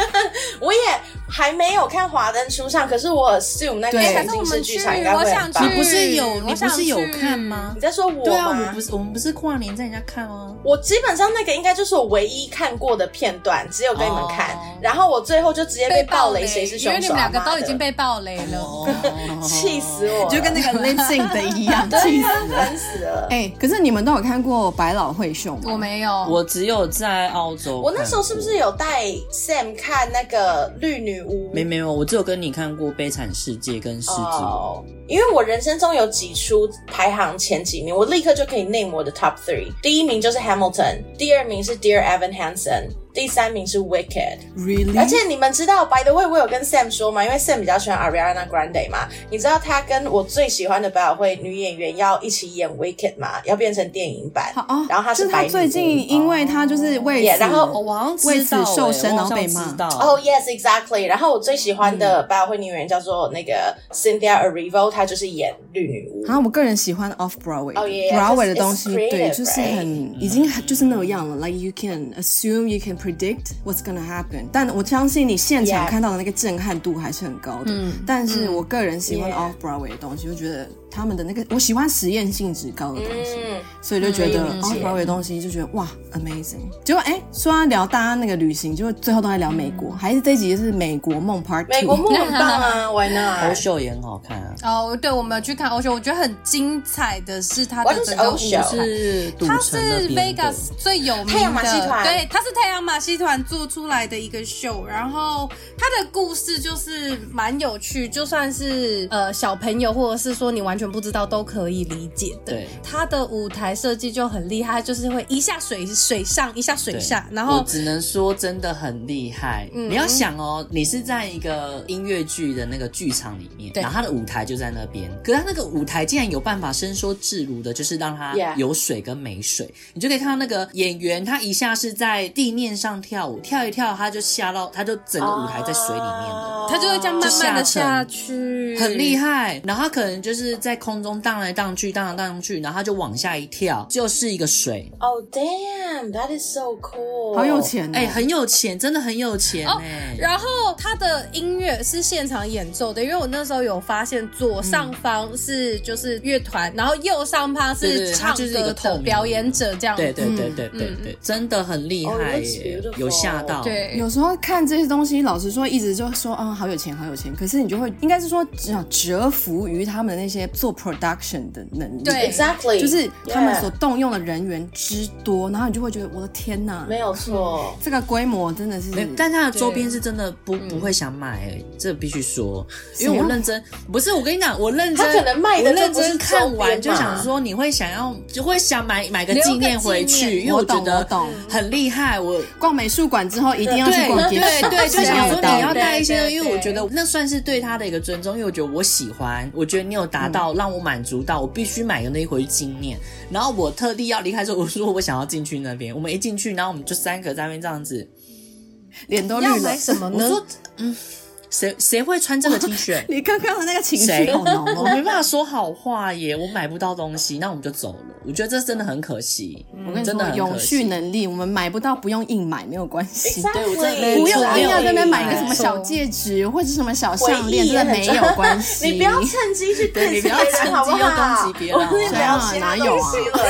Speaker 2: 我也还没有看《华灯初上》，可是我 assume 那个
Speaker 1: 对啊
Speaker 2: 沉浸式剧场应该
Speaker 5: 哎我
Speaker 2: 会
Speaker 5: 想
Speaker 2: 很
Speaker 5: 去，
Speaker 2: 棒。
Speaker 4: 不是有你
Speaker 5: 我
Speaker 4: 不
Speaker 5: 想
Speaker 4: 是
Speaker 5: 去
Speaker 4: 有看？吗
Speaker 2: 你？在说我
Speaker 4: 对啊，我
Speaker 2: 吗
Speaker 4: 们不？是我们不是跨年在人家看吗？
Speaker 2: 我基本上那个应该就是我唯一看过的片段，只有给你们看。
Speaker 4: 哦
Speaker 2: 然后我最后就直接
Speaker 5: 被
Speaker 2: 爆
Speaker 5: 爆
Speaker 2: 雷，
Speaker 5: 雷，
Speaker 2: 谁是
Speaker 5: 因
Speaker 2: 凶
Speaker 5: 为你
Speaker 2: 手
Speaker 5: 们
Speaker 2: 啊？
Speaker 5: 两个
Speaker 2: 妈
Speaker 5: 都
Speaker 2: 的
Speaker 5: 已经被爆雷了。
Speaker 4: 哦
Speaker 2: 气死我了，
Speaker 1: 就跟那个 lip sync 的一样，气 死了！
Speaker 2: 烦死了。
Speaker 1: 哎、可是你们都有看过百老汇秀吗？
Speaker 5: 我没有，
Speaker 4: 我只有在澳洲看过，
Speaker 2: 我那时候是不是有带 Sam 看那个《绿女女巫。
Speaker 4: 没没有，我只有跟你看过《悲惨世界》跟《狮子王
Speaker 2: 哦，因为我人生中有几出排行前几名，我立刻就可以 name 我的 top three。第一名就是 Hamilton，第二名是 Dear Evan Hansen，第三名是 Wicked。
Speaker 1: Really？
Speaker 2: 而且你们知道，By the way，我有跟 Sam 说嘛，因为 Sam 比较喜欢 Ariana Grande 嘛，你知道她跟我最喜欢的百老汇女演员要一起演 Wicked 嘛，要变成电影版。
Speaker 1: 好哦，
Speaker 2: 然后她
Speaker 1: 就是
Speaker 2: 白
Speaker 1: 他
Speaker 2: 女巫
Speaker 1: 最近因为他就是为此
Speaker 2: Yeah，然后
Speaker 3: 哦，我好像知道、欸，
Speaker 1: 为此受
Speaker 4: 我
Speaker 1: 伤，然后
Speaker 4: 好像
Speaker 1: 被骂
Speaker 4: 知。道啊
Speaker 2: 哦、y e s exactly。然后我最喜欢的
Speaker 1: 嗯
Speaker 2: 百老汇女演员叫做那个 Cynthia Erivo，她就是演绿女巫。
Speaker 1: 然后我个人喜欢 off Broadway、
Speaker 2: Oh, yeah, yeah,
Speaker 1: Broadway
Speaker 2: just-
Speaker 1: 的东西
Speaker 2: it's creative, 嗯
Speaker 1: 对，就是很
Speaker 4: right?
Speaker 1: 已经很就是那样了。Like you can assume, you can predict what's gonna happen。但我相信你现场
Speaker 2: Yeah. 嗯
Speaker 1: 看到的那个震撼度还是很高的。但是我个人喜欢
Speaker 2: Yeah.
Speaker 1: off Broadway 的东西，就觉得他们的那个我喜欢实验性质高的东西。
Speaker 2: 嗯，
Speaker 1: 所以就觉得
Speaker 2: 嗯理
Speaker 1: 哦，
Speaker 2: 解
Speaker 1: 华为的东西就觉得哇，amazing。结果哎，说要聊大家那个旅行，结果最后都在聊美国，还是这一集是美国梦 Part
Speaker 2: 美
Speaker 1: Two。
Speaker 2: 国梦很棒 啊，Why not？
Speaker 4: 欧秀也很好看啊，
Speaker 3: 哦，对，我们有去看欧秀，我觉得很精彩的是它
Speaker 2: What
Speaker 3: 的
Speaker 2: is
Speaker 3: 整个舞
Speaker 2: Osho？
Speaker 3: 台
Speaker 4: 是赌
Speaker 3: 它是
Speaker 4: 城那边的
Speaker 3: Vegas 最有名的
Speaker 2: 太阳马戏团
Speaker 3: 对，它是太阳马戏团做出来的一个秀，然后它的故事就是蛮有趣，就算是呃小朋友或者是说你完全不知道都可以理解的。
Speaker 4: 对
Speaker 3: 它的舞台设计就很厉害，它就是会一下水水上，一下水
Speaker 4: 对
Speaker 3: 下，然
Speaker 4: 我
Speaker 3: 后嗯
Speaker 4: 只能说真的很厉害。你要想哦，你是在一个音乐剧的那个剧场里面，
Speaker 3: 对
Speaker 4: 然后他的舞台就在那边，可是他那个舞台竟然有办法伸缩自如的，就是让它
Speaker 2: Yeah
Speaker 4: 有水跟没水，你就可以看到那个演员他一下是在地面上跳舞，跳一跳他就下到，他就整个舞台在水里面
Speaker 2: 哦
Speaker 4: 了。
Speaker 3: 它就会这样慢慢的
Speaker 4: 就下沉
Speaker 3: 下去，
Speaker 4: 很厉
Speaker 3: 害。
Speaker 4: 害，然后他可能就是在空中荡来荡去，荡来荡去，然后他就往下一跳，就是一个水，
Speaker 2: Oh damn, that is so cool！
Speaker 1: 好有
Speaker 3: 嗯
Speaker 1: 钱哦
Speaker 4: 哎、很有钱，真的很有钱
Speaker 3: 哦
Speaker 4: 哎、
Speaker 3: 然后他的音乐是现场演奏的，因为我那时候有发现左上方是就是乐团，然后右上方
Speaker 4: 对对
Speaker 3: 是
Speaker 4: 对
Speaker 3: 唱
Speaker 4: 它就是一
Speaker 3: 歌
Speaker 4: 个透
Speaker 3: 的
Speaker 4: 明
Speaker 3: 表演者这样。
Speaker 4: 对对对对对
Speaker 3: 嗯
Speaker 4: 对，真的很厉
Speaker 1: 哦
Speaker 2: Oh,
Speaker 4: 害
Speaker 2: that's
Speaker 4: 耶
Speaker 2: beautiful
Speaker 4: 有吓到。，
Speaker 3: 对
Speaker 2: 哦
Speaker 1: 有时候看这些东西，老实说，一直就说啊、好有钱，好有钱。可是你就会，应该是说，啊折服于他们那些做 production 的能力，
Speaker 3: 对
Speaker 2: exactly，
Speaker 1: 就是他们
Speaker 2: Yeah
Speaker 1: 所动用的人员之多，然后你就会觉得，我的天呐，
Speaker 2: 没有错。
Speaker 1: 这个规模真的是，
Speaker 4: 没，但它的周边是真的不不会想买、哎，这必须说，
Speaker 3: 啊
Speaker 4: 因为我认真，不是我跟你讲，我认真，
Speaker 2: 它可能卖的
Speaker 4: 我
Speaker 2: 就
Speaker 4: 认
Speaker 2: 不是周边嘛
Speaker 4: 真看完就想说，你会想要，就会想买买个
Speaker 3: 留个
Speaker 4: 纪念回
Speaker 3: 纪
Speaker 4: 去，
Speaker 3: 念
Speaker 4: 因为
Speaker 1: 我
Speaker 4: 觉
Speaker 1: 懂我
Speaker 4: 得
Speaker 1: 懂
Speaker 4: 很厉害，我
Speaker 1: 逛美术馆之后一定要去
Speaker 4: 对
Speaker 1: 逛街
Speaker 4: 对
Speaker 1: 市，
Speaker 4: 对，就想说
Speaker 1: 这样
Speaker 4: 你要
Speaker 1: 的
Speaker 4: 带一些东西，
Speaker 3: 对对
Speaker 4: 因为我觉得那算是对他的一个尊重，因为我觉得我喜欢，我觉得你有达到让我满足到，我必须买个东西回去纪念。然后我特地要离开的时候，我说我想要进去那边，我们一进去，然后我们就三个在那边这样子，
Speaker 1: 脸都绿
Speaker 3: 要
Speaker 1: 了
Speaker 3: 买。什么
Speaker 4: 我
Speaker 3: 呢？
Speaker 4: 说嗯，谁谁会穿这个 T 恤？
Speaker 1: 你刚刚的那个情绪
Speaker 4: 谁
Speaker 1: 好浓
Speaker 4: 我
Speaker 1: 哦。
Speaker 4: 没办法说好话耶，我买不到东西，那我们就走了。我觉得这真的很可惜，
Speaker 1: 我跟你
Speaker 4: 真的
Speaker 1: 说，
Speaker 4: 很
Speaker 1: 永
Speaker 4: 可惜
Speaker 1: 续能力，我们买不到不用硬买，没有关系。
Speaker 4: 嗯对我真的
Speaker 2: Exactly，
Speaker 4: 没
Speaker 1: 不用
Speaker 4: 错
Speaker 1: 硬要在那边买一个
Speaker 4: 没
Speaker 1: 什
Speaker 4: 有
Speaker 1: 么小戒指或者什么小
Speaker 2: 回
Speaker 1: 项链，
Speaker 2: 忆
Speaker 1: 真
Speaker 2: 也
Speaker 1: 的
Speaker 2: 很
Speaker 1: 没
Speaker 2: 重
Speaker 1: 有
Speaker 2: 要
Speaker 1: 关系。
Speaker 2: 你不要趁机去
Speaker 4: 对你不要
Speaker 2: 别人
Speaker 4: 趁机
Speaker 2: 好不
Speaker 4: 又
Speaker 2: 好？
Speaker 4: 攻击别人
Speaker 2: 我们不要
Speaker 1: 谁
Speaker 2: 其
Speaker 1: 啊
Speaker 2: 他
Speaker 1: 哪有
Speaker 2: 东
Speaker 1: 啊
Speaker 2: 西 了。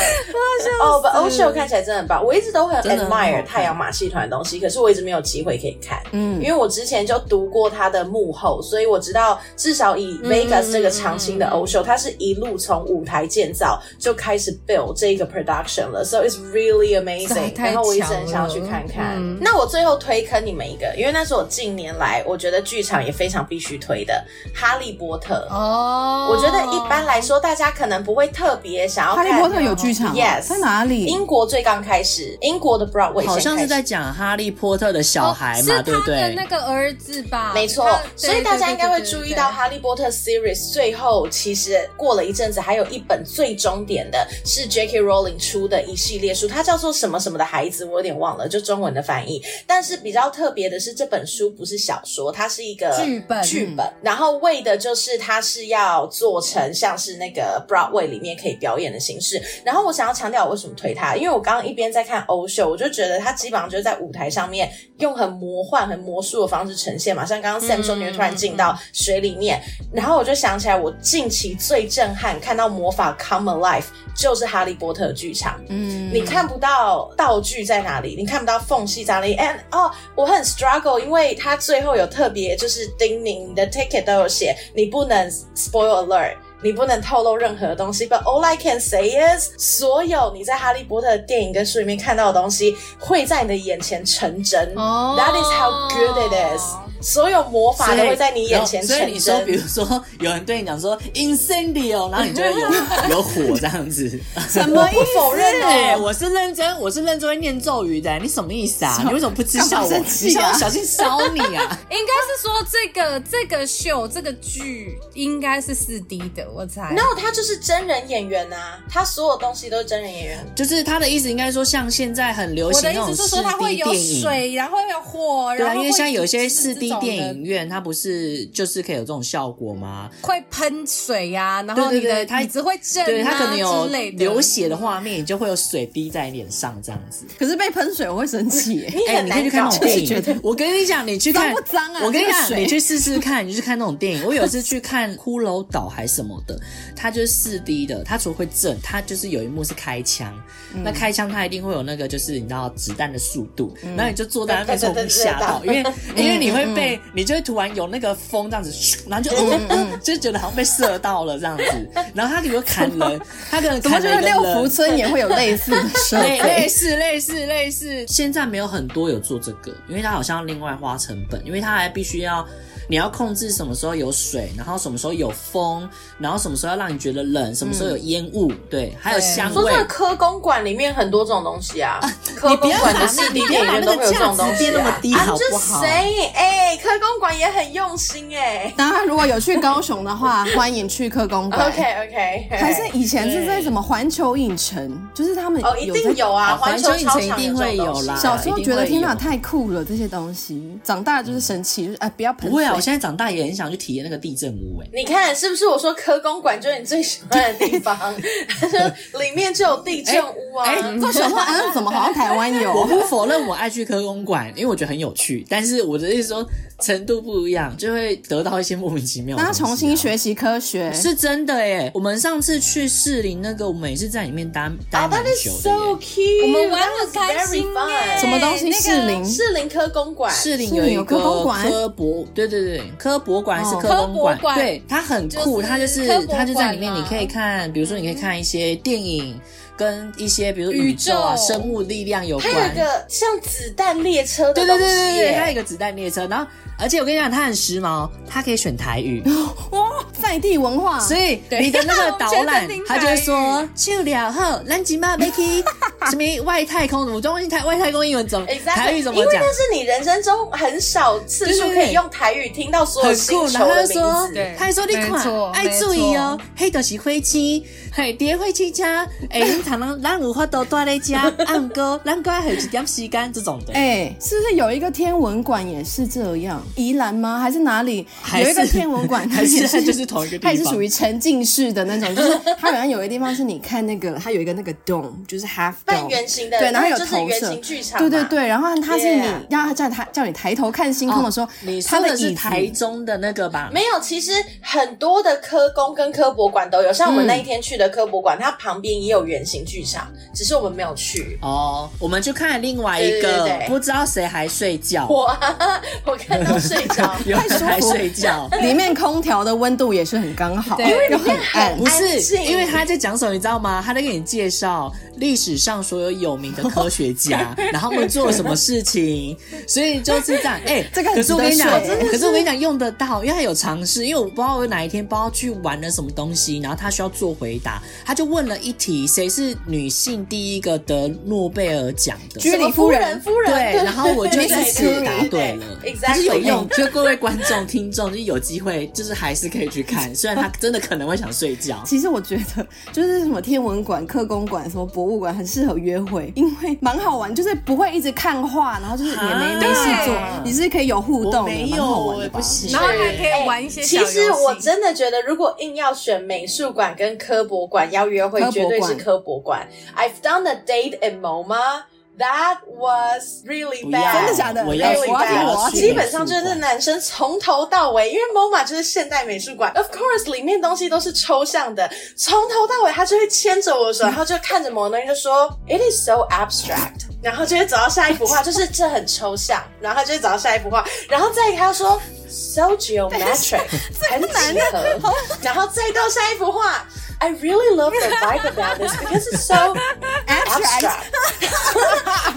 Speaker 2: 哦，不，欧秀看起来真的很棒，我一直都很
Speaker 4: 真的很好
Speaker 2: admire
Speaker 4: 看
Speaker 2: 太阳马戏团的东西，可是我一直没有机会可以看。
Speaker 1: 嗯
Speaker 2: 因为我之前就读过他的幕后，所以我知道至少以
Speaker 4: 嗯
Speaker 2: Vegas 这个常青的欧秀，它是一路从舞台建造就开始 build 这一个 production 了，so it's really amazing。
Speaker 3: 太强了
Speaker 2: 然后我一直很想要去看看。嗯那我最后推坑你们一个，因为那是我近年来我觉得剧场也非常必须推的《哈利波特》。
Speaker 3: 哦，
Speaker 2: 我觉得一般来说，大家可能不会特别想要
Speaker 1: 哈
Speaker 2: 看。
Speaker 1: 利波特有剧场吗
Speaker 2: Yes
Speaker 1: 在哪里？
Speaker 2: 英国最刚开始，英国的 Broadway 先
Speaker 4: 好像是
Speaker 2: 开始
Speaker 4: 在讲哈利波哦特的小孩
Speaker 3: 哦是
Speaker 4: 嘛，
Speaker 3: 他
Speaker 4: 对不
Speaker 3: 的
Speaker 4: 对
Speaker 3: 那？个儿子吧？
Speaker 2: 没错
Speaker 3: 他，。
Speaker 2: 所以大家应该会注意到《哈利波特》series 最后，其实过了一阵子，还有一本最终点的是 J.K. Rowling 出的一系列书，它叫做什么什么的孩子，我有点忘了，就中文的翻译。但是比较特别的是，这本书不是小说，它是一个
Speaker 3: 剧本
Speaker 2: 剧本。然后为的就是它是要做成像是那个 Broadway 里面可以表演的形式。然后我想要强调我为什么推它，因为我刚刚一边在看欧秀，我就觉得它基本上就是在舞台上面用很魔幻、很魔术的方式呈现嘛，像刚刚 Sam 说，你会突然进到水里面，然后我就想起来，我近期最震撼看到魔法 come alive 就是哈利波特剧场，
Speaker 1: 嗯，
Speaker 2: 你看不到道具在哪里，你看不到缝隙在哪里。And 哦，我很 struggle，因为他最后有特别就是叮咛，你的 ticket 都有写，你不能 spoil alert。你不能透露任何东西，But all I can say is，所有你在哈利波特的电影跟书里面看到的东西，会在你的眼前成真。
Speaker 3: 哦
Speaker 2: That is how good it is。所有魔法
Speaker 4: 所以
Speaker 2: 都会在你眼前
Speaker 4: 所以
Speaker 2: 成
Speaker 4: 你说，
Speaker 2: 真
Speaker 4: 比。如说有人对你讲说 incendio，然后你就会有有火这样子。
Speaker 1: 什么意
Speaker 2: 不否认
Speaker 4: 对，
Speaker 2: 哦，
Speaker 4: 我是认真，我是认真会念咒语的。你什么意思啊？你为什么不嗤笑我？
Speaker 1: 干嘛生
Speaker 4: 你
Speaker 1: 气啊
Speaker 4: 想要小心烧你啊！
Speaker 5: 应该是说这个这个秀这个剧应该是四 D 的，我猜。
Speaker 2: 然后他就是真人演员啊，他所有东西都是真人演员。
Speaker 4: 就是他的意思，应该说像现在很流
Speaker 5: 我
Speaker 4: 行
Speaker 5: 的
Speaker 4: 那
Speaker 5: 意
Speaker 4: 种
Speaker 5: 思是
Speaker 4: 视
Speaker 5: 说它会
Speaker 4: 帝
Speaker 5: 有
Speaker 4: 电影。
Speaker 5: 水，然后会有火，
Speaker 4: 对
Speaker 5: 然
Speaker 4: 啊，
Speaker 5: 后
Speaker 4: 因为像有一些
Speaker 5: 四
Speaker 4: 四 D 电影
Speaker 5: 院
Speaker 4: 院，它不是就是可以有这种效果吗？
Speaker 5: 会喷水
Speaker 3: 啊
Speaker 5: 呀、然后
Speaker 4: 对
Speaker 5: 你
Speaker 4: 对对
Speaker 5: 的
Speaker 4: 它
Speaker 5: 你只会震、啊，
Speaker 4: 对，它可能有
Speaker 5: 之类的
Speaker 4: 流血的画面，你就会有水滴在你脸上这样子。
Speaker 1: 可是被喷水我会生气耶。
Speaker 2: 你
Speaker 4: 哎、
Speaker 2: 很
Speaker 4: 你可
Speaker 2: 难
Speaker 4: 以去看
Speaker 2: 搞
Speaker 4: 那种，电
Speaker 1: 就是觉
Speaker 4: 影。我跟你讲，你去看
Speaker 1: 脏不脏啊
Speaker 4: 我跟你
Speaker 1: 那个
Speaker 4: 讲，
Speaker 1: 水
Speaker 4: 你去试试看，你去看那种电影。我有一次去看《骷髅岛》还是什么的，它就是四 D 的，它除了会震，它就是有一幕是开枪。
Speaker 1: 嗯
Speaker 4: 那开枪它一定会有那个，就是你知道子弹的速度，然后你就坐在那边
Speaker 2: 对
Speaker 4: 从
Speaker 2: 对对对
Speaker 4: 吓到，因为因为你会
Speaker 1: 嗯嗯
Speaker 4: 被，你就会突然有那个风这样子，咻然后就、 就觉得好像被射到了这样子。然后它比如砍人，它可能
Speaker 1: 怎么
Speaker 4: 砍
Speaker 1: 觉
Speaker 4: 了
Speaker 1: 得
Speaker 4: 一个
Speaker 1: 六
Speaker 4: 人
Speaker 1: 福村也会有类似的设
Speaker 4: 类哎类
Speaker 1: 备？
Speaker 4: 似类似类似，现在没有很多有做这个，因为它好像要另外花成本，因为它还必须要你要控制什么时候有水，然后什么时候有风，然后什么时候要让你觉得冷，什么时候有烟雾，对，还有香
Speaker 2: 说
Speaker 4: 味
Speaker 2: 这。个科公馆里面很多这种东西啊，科
Speaker 4: 你不
Speaker 2: 公
Speaker 4: 要把
Speaker 2: 馆的
Speaker 4: 那
Speaker 2: 四
Speaker 4: 你
Speaker 2: D
Speaker 4: 不
Speaker 2: 电
Speaker 4: 要
Speaker 2: 影
Speaker 4: 把
Speaker 2: 院
Speaker 4: 那
Speaker 2: 都会有
Speaker 4: 个
Speaker 2: 这
Speaker 4: 价
Speaker 2: 种
Speaker 4: 值
Speaker 2: 东西
Speaker 4: 变那么
Speaker 2: 啊。
Speaker 4: 低，
Speaker 2: I'm
Speaker 4: 好不
Speaker 2: just
Speaker 4: 好？
Speaker 2: saying，哎，科公馆也很用心 哎。
Speaker 1: 大家如果有去高雄的话，欢迎去科公馆。
Speaker 2: OK OK，
Speaker 1: 还是以前是在什么环球影城，就是他们
Speaker 2: 哦，一
Speaker 1: 在
Speaker 2: 定有啊，
Speaker 4: 哦
Speaker 2: 环球
Speaker 4: 影
Speaker 2: 超
Speaker 4: 城一
Speaker 2: 场
Speaker 4: 定会有啦。
Speaker 1: 小时候觉得
Speaker 4: 一定
Speaker 1: 天
Speaker 4: 会有
Speaker 1: 哪太酷了，这些东西，长大就是神奇，就是哎不要喷
Speaker 4: 不会啊！我
Speaker 1: 水。
Speaker 4: 现在长大也很想去体验那个地震屋哎、
Speaker 2: 你看是不是？我说科公馆就是你最喜欢的地方，他说 里面就有地震屋
Speaker 4: 哎
Speaker 2: 啊。
Speaker 1: 做想说，嗯，怎么好像台湾
Speaker 4: 我
Speaker 1: 有？
Speaker 4: 不否认我爱去科公馆，因为我觉得很有趣，但是我的意思说程度不一样，就会得到一些莫名其妙的
Speaker 1: 大家
Speaker 4: 东西啊、
Speaker 1: 重新学习科学，
Speaker 4: 是真的耶！我们上次去士林那个，我们也是在里面待待
Speaker 2: Oh,
Speaker 4: 蛮
Speaker 2: that is
Speaker 4: 久的
Speaker 2: so
Speaker 4: 耶。
Speaker 2: cute！
Speaker 5: 我们玩得开心
Speaker 2: That was very
Speaker 5: 耶
Speaker 2: fun 哎
Speaker 1: 什么东西
Speaker 5: 那个
Speaker 1: 适龄？
Speaker 2: 士林科公馆，
Speaker 4: 士林
Speaker 1: 士
Speaker 4: 有
Speaker 1: 林
Speaker 4: 一
Speaker 1: 有
Speaker 4: 个
Speaker 1: 科公馆
Speaker 4: 科博，对对对，科博馆还是
Speaker 1: 哦
Speaker 4: 科公馆
Speaker 5: 科博，馆
Speaker 4: 对，它很
Speaker 5: 就
Speaker 4: 酷，
Speaker 5: 是
Speaker 4: 它就是
Speaker 5: 科博馆
Speaker 4: 它就在里面，
Speaker 5: 嘛
Speaker 4: 你可以看，比如说你可以看一些电影，跟一些比如说宇宙啊、
Speaker 5: 宇宙
Speaker 4: 生物力量有
Speaker 2: 它
Speaker 4: 关。
Speaker 2: 有一个像子弹列车
Speaker 4: 对
Speaker 2: 的
Speaker 4: 对
Speaker 2: 东西
Speaker 4: 对对对，它有一
Speaker 2: 耶，
Speaker 4: 个子弹列车，然后而且我跟你讲，它很时髦，它可以选台语，
Speaker 1: 哇，在地文化，
Speaker 4: 所以你的那个导
Speaker 5: 我全
Speaker 4: 览
Speaker 5: 程听，
Speaker 4: 他
Speaker 5: 台语
Speaker 4: 就会说去了后，咱今嘛要去什么外太空，我都忘记台外太空英文怎么
Speaker 2: Exactly，
Speaker 4: 台语怎么
Speaker 2: 因为
Speaker 4: 讲
Speaker 2: 那。是你人生中很少次数
Speaker 4: 对对
Speaker 2: 可
Speaker 4: 对
Speaker 2: 以用台语听到所有
Speaker 4: 很
Speaker 2: 星
Speaker 4: 酷，
Speaker 2: 球
Speaker 4: 然后
Speaker 2: 的
Speaker 4: 他
Speaker 2: 名
Speaker 4: 就说
Speaker 2: 字，，
Speaker 5: 字
Speaker 4: 他就说你
Speaker 5: 没错
Speaker 4: 看，爱注意哦，黑的是灰漆，嘿，叠灰漆家，哎，你常常咱有法度待在家，按哥，咱该还有一点时间这种的，
Speaker 1: 哎、是不是有一个天文馆也是这样？宜兰吗？还是哪里
Speaker 4: 还是
Speaker 1: 有一个天文馆？
Speaker 4: 还是
Speaker 1: 它也
Speaker 4: 它就是同一个地
Speaker 1: 它也是
Speaker 4: 方
Speaker 1: 属于沉浸式的那种，就是它好像有一个地方是你看那个，它有一个那个 dome，就是 half dome，
Speaker 2: 半圆形的
Speaker 1: 对，然后有
Speaker 2: 就是
Speaker 1: 投
Speaker 2: 圆
Speaker 1: 射
Speaker 2: 形剧场
Speaker 1: 对
Speaker 2: 嘛
Speaker 1: 对对，然后它是你
Speaker 2: Yeah
Speaker 1: 让它叫它叫你抬头看星空的时候，
Speaker 4: 哦你说
Speaker 1: 它
Speaker 4: 的
Speaker 1: 椅
Speaker 4: 是
Speaker 1: 子
Speaker 4: 台中的那个吧？
Speaker 2: 没有，其实很多的科工跟科博馆都有，像我们那一天去的科博馆，它旁边也有圆形剧场，只是我们没有去。
Speaker 4: 哦，我们就看了另外一
Speaker 2: 对对
Speaker 4: 个
Speaker 2: 对，对
Speaker 4: 不知道谁还睡觉，，
Speaker 2: 哇，我看到睡着
Speaker 4: 有人还睡觉。
Speaker 1: 里面空调的温度也是很刚好，因为又很暗
Speaker 4: 不。
Speaker 2: 安
Speaker 4: 是，
Speaker 2: 静
Speaker 4: 因为他在讲什么，你知道吗？他在给你介绍历史上所有有名的科学家，然后他们做了什么事情，所以就是这样。哎、
Speaker 1: 这个很
Speaker 4: 可是我跟你讲，
Speaker 1: 值得睡
Speaker 4: 可是我跟你讲用得到，因为他有尝试。因为我不知道我哪一天不知道去玩了什么东西，然后他需要做回答，他就问了一题，谁是女性第一个得诺贝尔奖 的？
Speaker 1: 居里夫
Speaker 2: 夫
Speaker 1: 人
Speaker 2: 人，夫人，
Speaker 4: 对，然后我就一次答对了，
Speaker 2: exactly
Speaker 4: 但是有用。就各位观众、听众，就是有机会，就是还是可以去看，虽然他真的可能会想睡觉。
Speaker 1: 其实我觉得，就是什么天文馆、科工馆、什么博物馆，很适合约会，因为蛮好玩，就是不会一直看画，然后就是也没
Speaker 4: 啊
Speaker 1: 没事做
Speaker 4: 对，
Speaker 1: 你是可以有互动的，
Speaker 4: 没
Speaker 1: 蛮好
Speaker 4: 有，
Speaker 1: 玩
Speaker 4: 我
Speaker 1: 的吧
Speaker 4: 不？行。
Speaker 5: 然后还可以 玩一些小
Speaker 2: 哎其
Speaker 5: 游戏。
Speaker 2: 实我
Speaker 3: 哎
Speaker 2: 真的觉得，如果硬要选美术馆跟科博馆要约会
Speaker 1: 科，博
Speaker 2: 绝
Speaker 1: 馆
Speaker 2: 对是科博馆。I've done a date in MoMA. That was really
Speaker 4: 不
Speaker 2: bad.
Speaker 4: 要
Speaker 1: 真的假的
Speaker 4: 哎我要
Speaker 1: Really
Speaker 2: 我
Speaker 4: 去，
Speaker 1: 要
Speaker 4: 我
Speaker 1: 我
Speaker 4: 要
Speaker 1: 要
Speaker 4: 去
Speaker 2: 基本上就
Speaker 4: 美
Speaker 2: 是
Speaker 4: 术馆
Speaker 2: 男生从头到尾，因为 MoMA 就是现代美术馆，Of course 里面东西都是抽象的，从头到尾他就会牵着我的手，然后就看着某个东西就说 It is so abstract，然后就会找到下一幅画，就是这很抽象，然后他就会找到下一幅画，然后再他说 So geometric，很几何，然后再到下一幅画。I really love the vibe about this because it's so abstract.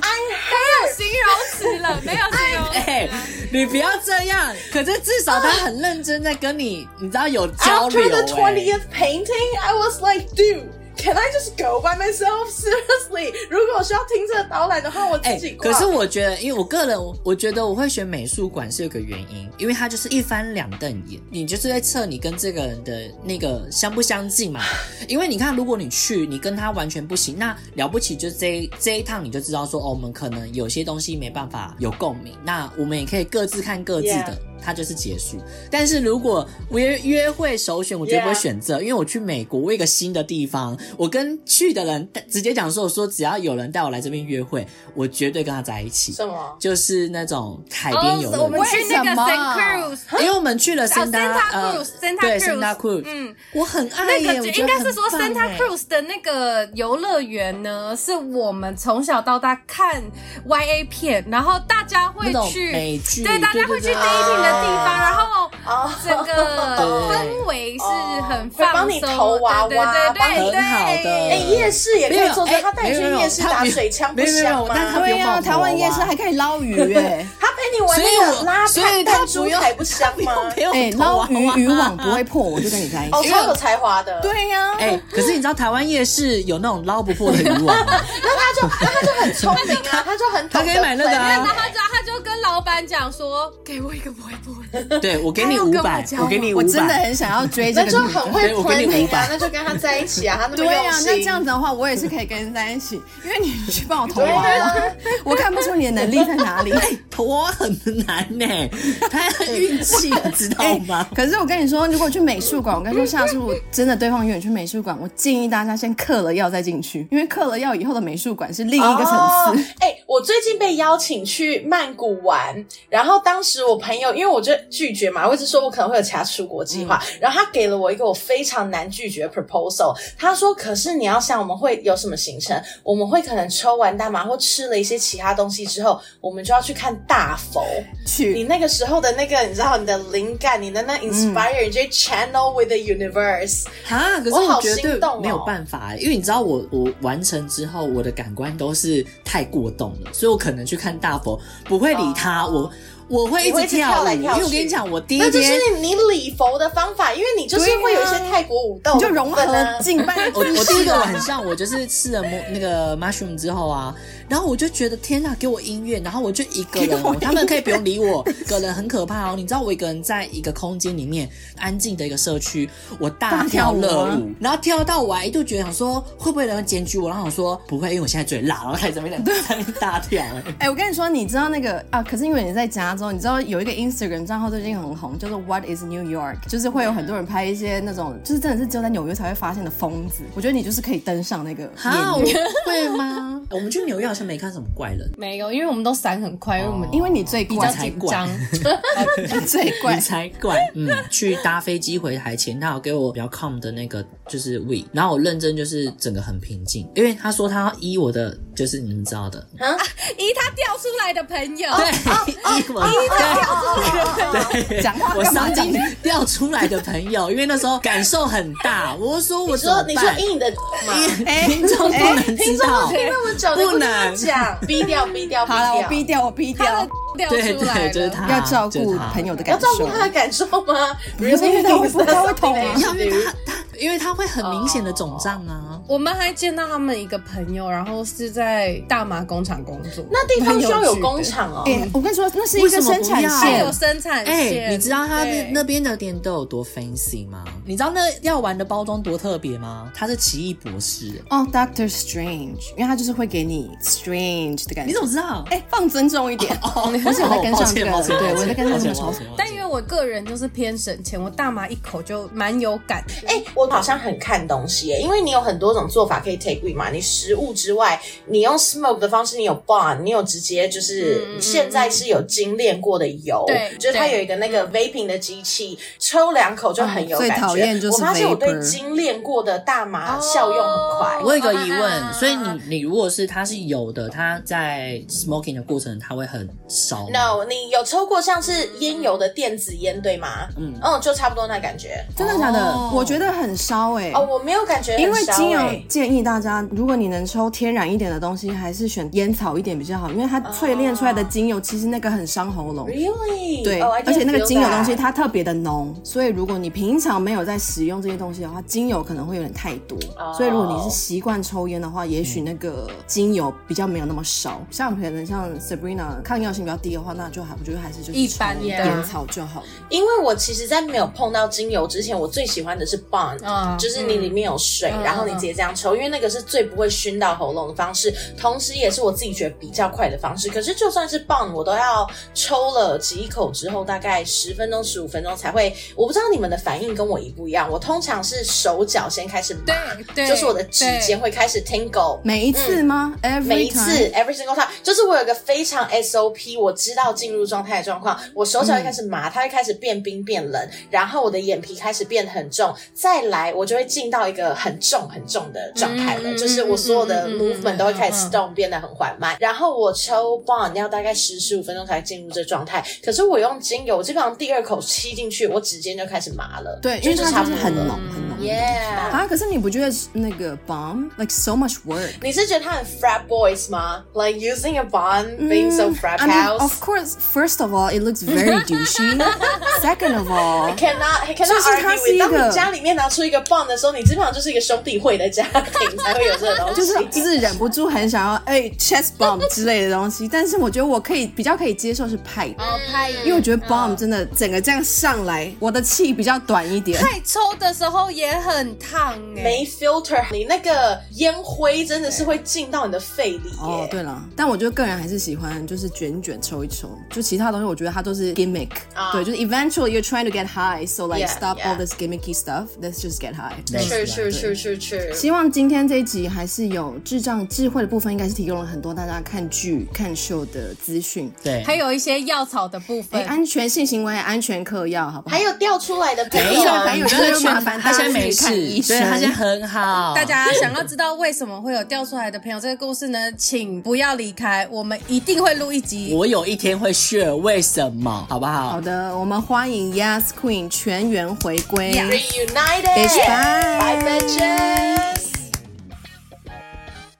Speaker 2: I'm hurt.
Speaker 3: 容词了，没有形容词。
Speaker 4: 哎、你不要这样。可是至少他很认真在跟你，你知道有交
Speaker 2: After
Speaker 4: 流、
Speaker 2: the
Speaker 4: 哎
Speaker 2: twentieth painting, I was like, dude. Can I just go by myself? Seriously，如果我需要听这个导览的话，我自
Speaker 4: 哎、
Speaker 2: 己挂。
Speaker 4: 可是我觉得，因为我个人，我我觉得我会选美术馆是有个原因，因为它就是一翻两瞪眼，你就是在测你跟这个人的那个相不相 近嘛。因为你看，如果你去，你跟他完全不行，那了不起就这一这一趟你就知道说，哦，我们可能有些东西没办法有共鸣，那我们也可以各自看各自的。
Speaker 2: Yeah
Speaker 4: 它就是结束。但是如果约约会首选，我绝对不会
Speaker 2: Yeah
Speaker 4: 选这因为我去美国，我有一个新的地方，我跟去的人直接讲说，我说只要有人带我来这边约会，我绝对跟他在一起。
Speaker 2: 什么？
Speaker 4: 就是那种海边游
Speaker 3: 哦，我
Speaker 4: 乐
Speaker 3: 们
Speaker 4: 园。
Speaker 3: 去那个
Speaker 5: 为什么
Speaker 3: San Cruz，
Speaker 4: 因为我们去了 Santa，呃
Speaker 3: Cruz，Santa
Speaker 4: 对
Speaker 3: Cruz
Speaker 4: Santa Cruz，
Speaker 3: 嗯，
Speaker 4: 我很爱
Speaker 3: 那
Speaker 4: 耶，
Speaker 3: 个
Speaker 4: 哎我
Speaker 3: 就
Speaker 4: 觉
Speaker 3: 应
Speaker 4: 得
Speaker 3: 该
Speaker 4: 很
Speaker 3: 是说
Speaker 4: 棒哎
Speaker 3: Santa
Speaker 4: 耶
Speaker 3: Cruz 的那个游乐园呢，是我们从小到大看 YA 片，然后大家会
Speaker 4: 那种
Speaker 3: 去
Speaker 4: 美剧，
Speaker 3: 对，大家会去
Speaker 4: 对
Speaker 3: dating 的地方，然后
Speaker 2: 哦
Speaker 3: 整个
Speaker 4: 对
Speaker 3: 氛围是很
Speaker 2: 哦会
Speaker 3: 放松，
Speaker 2: 帮你投娃娃
Speaker 3: 对对
Speaker 2: 帮你
Speaker 3: 对对，
Speaker 4: 很好的
Speaker 2: 哎、夜市也可
Speaker 4: 没
Speaker 2: 以
Speaker 4: 有
Speaker 2: 做这个，
Speaker 4: 哎
Speaker 2: 他带你去
Speaker 4: 没有没有
Speaker 2: 夜市
Speaker 4: 他
Speaker 2: 打
Speaker 4: 没
Speaker 2: 水枪不
Speaker 4: 没有没有
Speaker 2: 香吗？
Speaker 4: 但他
Speaker 1: 对呀、
Speaker 4: 不用放
Speaker 1: 台湾
Speaker 4: 火
Speaker 1: 夜
Speaker 4: 啊
Speaker 1: 市还可以捞鱼哎、
Speaker 2: 他陪你玩
Speaker 4: 所以
Speaker 2: 那个
Speaker 4: 我
Speaker 2: 拉
Speaker 4: 所
Speaker 2: 弹
Speaker 4: 以他
Speaker 2: 弹
Speaker 4: 不
Speaker 2: 珠
Speaker 4: 用
Speaker 2: 台不香吗？
Speaker 4: 用
Speaker 1: 哎、
Speaker 4: 投
Speaker 1: 捞
Speaker 4: 娃
Speaker 1: 鱼
Speaker 3: 啊
Speaker 4: 娃
Speaker 1: 渔网不会破，我就跟你在一
Speaker 2: 哦，
Speaker 1: 起。
Speaker 2: 超有才华的。，
Speaker 1: 对呀、
Speaker 4: 哎，可是你知道台湾夜市有那种捞不破的渔 网吗？
Speaker 2: 那他就那他就很聪明啊，他就很懂
Speaker 4: 他可以
Speaker 2: 得
Speaker 4: 买那个啊
Speaker 2: 分
Speaker 3: 然后他就他就跟老板讲说，给我一个不会播的。
Speaker 4: 对，我给你
Speaker 3: 他要
Speaker 4: 五
Speaker 3: 跟我
Speaker 4: 百，
Speaker 3: 交
Speaker 4: 我给你五
Speaker 1: 我
Speaker 4: 百，
Speaker 1: 真的很想要追这
Speaker 2: 那
Speaker 1: 个
Speaker 2: 就
Speaker 1: 女的。
Speaker 2: 很会
Speaker 4: 对我给你
Speaker 2: planning
Speaker 4: 500
Speaker 2: 啊，那就跟他在一起啊，他那么
Speaker 1: 对
Speaker 2: 用
Speaker 1: 呀、
Speaker 2: 心。
Speaker 1: 那这样子的话，我也是可以跟你在一起，因为你去帮我投
Speaker 2: 对
Speaker 1: 娃
Speaker 2: 啊
Speaker 1: 娃，我看不出你的能力在哪里。
Speaker 4: 投娃哎很难呢、他 运气，知道吗？
Speaker 1: 可是我跟你说，如果去美术馆，我跟你说，下次如果真的对方约你去美术馆，我建议大家先嗑了药再进去，因为嗑了药以后的美术馆是另一个层次。
Speaker 2: 哦哎、我最近被邀请去曼谷玩，然后当时我朋友因为我就拒绝嘛，我一直说我可能会有其他出国计划，
Speaker 1: 嗯
Speaker 2: 然后他给了我一个我非常难拒绝的 proposal。他说：“可是你要想我们会有什么行程？我们会可能抽完大麻或吃了一些其他东西之后，我们就要去看大佛。你
Speaker 1: 去，
Speaker 2: 那个时候的那个，你知道你的灵感，你的那
Speaker 1: 嗯
Speaker 2: inspire，、你就会 channel with the universe。
Speaker 4: 啊，可是
Speaker 2: 我好
Speaker 4: 我绝
Speaker 2: 心
Speaker 4: 对
Speaker 2: 动哦
Speaker 4: 没有办法、因为你知道我我完成之后，我的感官都是太过动了，所以我可能去看大佛不会理他，我我会
Speaker 2: 哦
Speaker 4: 一
Speaker 2: 你会
Speaker 4: 直
Speaker 2: 一直
Speaker 4: 跳
Speaker 2: 跳
Speaker 4: 舞，
Speaker 2: 来跳去
Speaker 4: 因为我跟你讲，我第
Speaker 2: 那
Speaker 4: 一
Speaker 2: 就
Speaker 4: 天
Speaker 2: 是你礼佛的方法，因为你就是会有一些泰国舞蹈、
Speaker 1: 你就融合敬拜
Speaker 4: 我
Speaker 1: 姿
Speaker 4: 我第一
Speaker 1: 势
Speaker 4: 个
Speaker 1: 啊。
Speaker 4: 晚上，我就是吃了 mu- 那个 mushroom 之后啊，然后我就觉得天呐，给我音乐，然后我就一个人哦，他们可以不用理我，一个人很可怕哦。你知道我一个人在一个空间里面安静的一个社区，我大跳热
Speaker 1: 大跳
Speaker 4: 舞，啊然后跳到我还一度觉得想说会不会有人检举我，然后我说不会，因为我现在最辣，然后开始在 那边在那边大跳。
Speaker 1: 哎、我跟你说，你知道那个啊？可是因为你在加州，你知道有一个 Instagram 账号最近很红，叫做 What is New York，就是会有很多人拍一些那种，就是真的是只有在纽约才会发现的疯子。我觉得你就是可以登上那个
Speaker 4: 啊，
Speaker 1: 演
Speaker 4: 我
Speaker 1: 员，
Speaker 4: 会吗？ 我们去纽约好像没看什么怪人，
Speaker 3: 没有，因为我们都闪很快，因为我
Speaker 2: 哦
Speaker 3: 们
Speaker 1: 因为你最
Speaker 3: 比较
Speaker 1: 怪，
Speaker 3: 紧 张。
Speaker 1: 最怪
Speaker 4: 你。才怪！嗯，去搭飞机回台前，他有给我比较 calm 的那个就是 we，然后我认真就是整个很平静，因为他说他要依我的，就是你们知道的，
Speaker 3: 咦，他掉出来的朋友，
Speaker 4: 对，依我的，对，
Speaker 1: 讲话
Speaker 4: 我
Speaker 1: 干嘛
Speaker 4: 伤
Speaker 1: 讲
Speaker 4: 筋掉出来的朋友，因为那时候感受很大，我说我
Speaker 2: 你
Speaker 4: 怎么
Speaker 2: 说你说
Speaker 4: 办？
Speaker 2: 阴影的嘛，
Speaker 4: 听众不能
Speaker 2: 听
Speaker 4: 知
Speaker 2: 众
Speaker 4: 道
Speaker 2: 都，听那么久，你
Speaker 4: 不
Speaker 2: 跟
Speaker 4: 能
Speaker 2: 他讲， 逼掉逼掉，
Speaker 1: 好了，我逼掉，我逼
Speaker 3: 他
Speaker 1: 掉
Speaker 3: 的，掉
Speaker 4: 对
Speaker 3: 出来
Speaker 4: 对，
Speaker 3: 了，
Speaker 4: 就是他，
Speaker 1: 要照顾
Speaker 4: 就是他
Speaker 1: 朋友的
Speaker 2: 要
Speaker 1: 感
Speaker 2: 照顾
Speaker 1: 受。
Speaker 2: 他的感受 吗？
Speaker 1: 可是因为他会他会痛啊
Speaker 4: 要因为他他因为他会很明显的肿胀啊。
Speaker 3: 我们还见到他们一个朋友，然后是在大麻工厂工作，
Speaker 2: 那地方需要有工厂哦
Speaker 1: 哎、。我跟你说，那是一个生产
Speaker 4: 为什么不
Speaker 3: 还
Speaker 4: 要
Speaker 1: 线
Speaker 3: 有。生产
Speaker 4: 哎、
Speaker 3: 线。
Speaker 4: 你知道他那
Speaker 3: 对
Speaker 4: 那边的店都有多 fancy 吗？你知道那药丸的包装多特别吗？它是奇异博士。
Speaker 1: 哦、d o c t o r Strange，因为他就是会给你 strange 的感觉。
Speaker 4: 你怎么知道？
Speaker 1: 哎、放尊重一点。
Speaker 4: 哦，
Speaker 1: 我是有在跟上这个
Speaker 4: 抱歉
Speaker 1: 对我在跟上这个潮
Speaker 4: 潮
Speaker 1: 流
Speaker 3: 但因为我个人就是偏省钱，我大麻一口就蛮有感的。
Speaker 2: 哎、我好像很看东西耶，因为你有很多种做法可以 take weed 嘛。你食物之外，你用 smoke 的方式，你有 bond，你有直接就是、现在是有精炼过的油，
Speaker 3: 对
Speaker 2: 就是它
Speaker 3: 对
Speaker 2: 有一个那个 vaping 的机器，抽两口就很有
Speaker 1: 哦最
Speaker 2: 感觉。
Speaker 1: 讨厌就是
Speaker 2: 我发现我对
Speaker 1: vapor
Speaker 2: 精炼过的大麻效用很快。
Speaker 4: 我有一个疑
Speaker 3: 啊啊啊啊
Speaker 4: 问，所以你你如果是它是有的，它在 smoking 的过程它会很烧吗。
Speaker 2: No，你有抽过像是烟油的电子烟对吗？嗯
Speaker 4: 嗯
Speaker 2: 嗯，就差不多那感觉。
Speaker 1: 真的假的
Speaker 4: 哦
Speaker 1: 我觉得很烧哎、
Speaker 2: 哦，我没有感觉很
Speaker 1: 因为
Speaker 2: 烧
Speaker 1: 精油
Speaker 2: 欸
Speaker 4: 哎
Speaker 1: 要建议大家，如果你能抽天然一点的东西，还是选烟草一点比较好，因为它淬炼出来的精油其实那个很伤喉咙。
Speaker 2: Really？
Speaker 1: 对
Speaker 2: Oh, I
Speaker 1: 而且那个
Speaker 2: didn't feel
Speaker 1: 精油东西
Speaker 2: that.
Speaker 1: 它特别的浓，所以如果你平常没有在使用这些东西的话，精油可能会有点太多。
Speaker 2: 哦
Speaker 1: 所以如果你是习惯抽烟的话，也许那个精油比较没有那么少。像可能像 Sabrina 抗药性比较低的话，那就还我觉得还是就是
Speaker 3: 一般
Speaker 1: 抽
Speaker 3: 的
Speaker 1: 烟草就好了。
Speaker 2: 因为我其实，在没有碰到精油之前，我最喜欢的是 bond，、
Speaker 3: 嗯
Speaker 2: 就是你里面有水，
Speaker 1: 嗯
Speaker 2: 然后你直接这样抽，因为那个是最不会熏到喉咙的方式，同时也是我自己觉得比较快的方式。可是就算是 bond，我都要抽了几口之后，大概十分钟、十五分钟才会。我不知道你们的反应跟我一不一样，我通常是手脚先开始麻，
Speaker 3: 对对
Speaker 2: 就是我的指尖会开始 tingle，
Speaker 1: 每一次吗、e v e r y
Speaker 2: 嗯每一
Speaker 1: time
Speaker 2: 次 every single time，就是我有个非常 SOP，我知道进入状态的状况，我手脚会开始麻，它会开始变冰变冷，然后我的眼皮开始变很重，再来我就会进到一个很重很重的状态了，
Speaker 3: 嗯
Speaker 2: 就是我所有的
Speaker 3: 嗯嗯嗯
Speaker 2: movement 都会开始
Speaker 3: 嗯嗯
Speaker 2: stone 变得很缓慢，然后我抽 bond 要大概十十五分钟才进入这状态，可是我用精油，我基本上第二口吸进去，我指尖就开始麻了，
Speaker 1: 对，因
Speaker 2: 就
Speaker 1: 为
Speaker 2: 就
Speaker 1: 它
Speaker 2: 差不
Speaker 1: 就是
Speaker 2: 多
Speaker 1: 很浓
Speaker 2: 了
Speaker 1: 很浓。
Speaker 2: ，yeah。
Speaker 1: 啊，可是你不觉得那个 bomb like so much work？
Speaker 2: 你是觉得他很 frat boys 吗？Like using a bond, being so frat
Speaker 1: Mm, I mean,
Speaker 2: house.
Speaker 1: of course, first of all, it looks very douchey. Second of all,
Speaker 2: cannot he
Speaker 1: 就是
Speaker 2: cannot
Speaker 1: 它
Speaker 2: argue
Speaker 1: 是
Speaker 2: with。
Speaker 1: 一个
Speaker 2: 当你家里面拿出一个 bond 的时候，你基本上就是一个兄弟会的家庭才会有这个东 西。
Speaker 1: 就是就是忍不住很想要哎、chest bump 之类的东西，但是我觉得我可以比较可以接受是派的，
Speaker 2: 哦
Speaker 3: 拍
Speaker 1: 因为我觉
Speaker 2: 嗯
Speaker 1: 得 bump 真的整个这样上来，我的气比较短一点。
Speaker 3: 太抽的时候也很烫哎、
Speaker 2: 没 filter，你那个烟灰真的是会进到你的肺里耶。
Speaker 1: 哦，对了，但我觉得个人还是喜欢就是卷卷抽一抽，就其他东西我觉得它都是 gimmick，、
Speaker 2: 啊
Speaker 1: 对，就是 eventually you're trying to get high，so like
Speaker 2: Yeah,
Speaker 1: stop all
Speaker 2: yeah.
Speaker 1: this gimmicky stuff，let's just get high。
Speaker 2: 是是是是是。
Speaker 1: 希望今天这一集还是有智障智慧的部分，应该是提供了很多大家看剧、看秀的资讯。
Speaker 4: 对，
Speaker 3: 还有一些药草的部
Speaker 1: 哎，
Speaker 3: 分，
Speaker 1: 安全性行为、安全嗑药，好不好？
Speaker 2: 还有掉出来的朋
Speaker 4: 没
Speaker 2: 友
Speaker 4: 有，
Speaker 2: 啊，
Speaker 1: 还有
Speaker 4: 你不要
Speaker 1: 就是
Speaker 4: 劝
Speaker 1: 麻烦
Speaker 4: 他
Speaker 1: 大家
Speaker 4: 现在没
Speaker 1: 去看
Speaker 4: 事，
Speaker 1: 医生
Speaker 4: 对他现在很好。
Speaker 3: 大家想要知道为什么会有掉出来的朋友这个故事呢？请不要离开，我们一定会录一集。
Speaker 4: 我有一天会 share 为什么，好不好？
Speaker 1: 好的，我们欢迎 Yes Queen 全员回归。
Speaker 2: reunited，
Speaker 1: Bitch，bye
Speaker 2: 拜拜，bitches。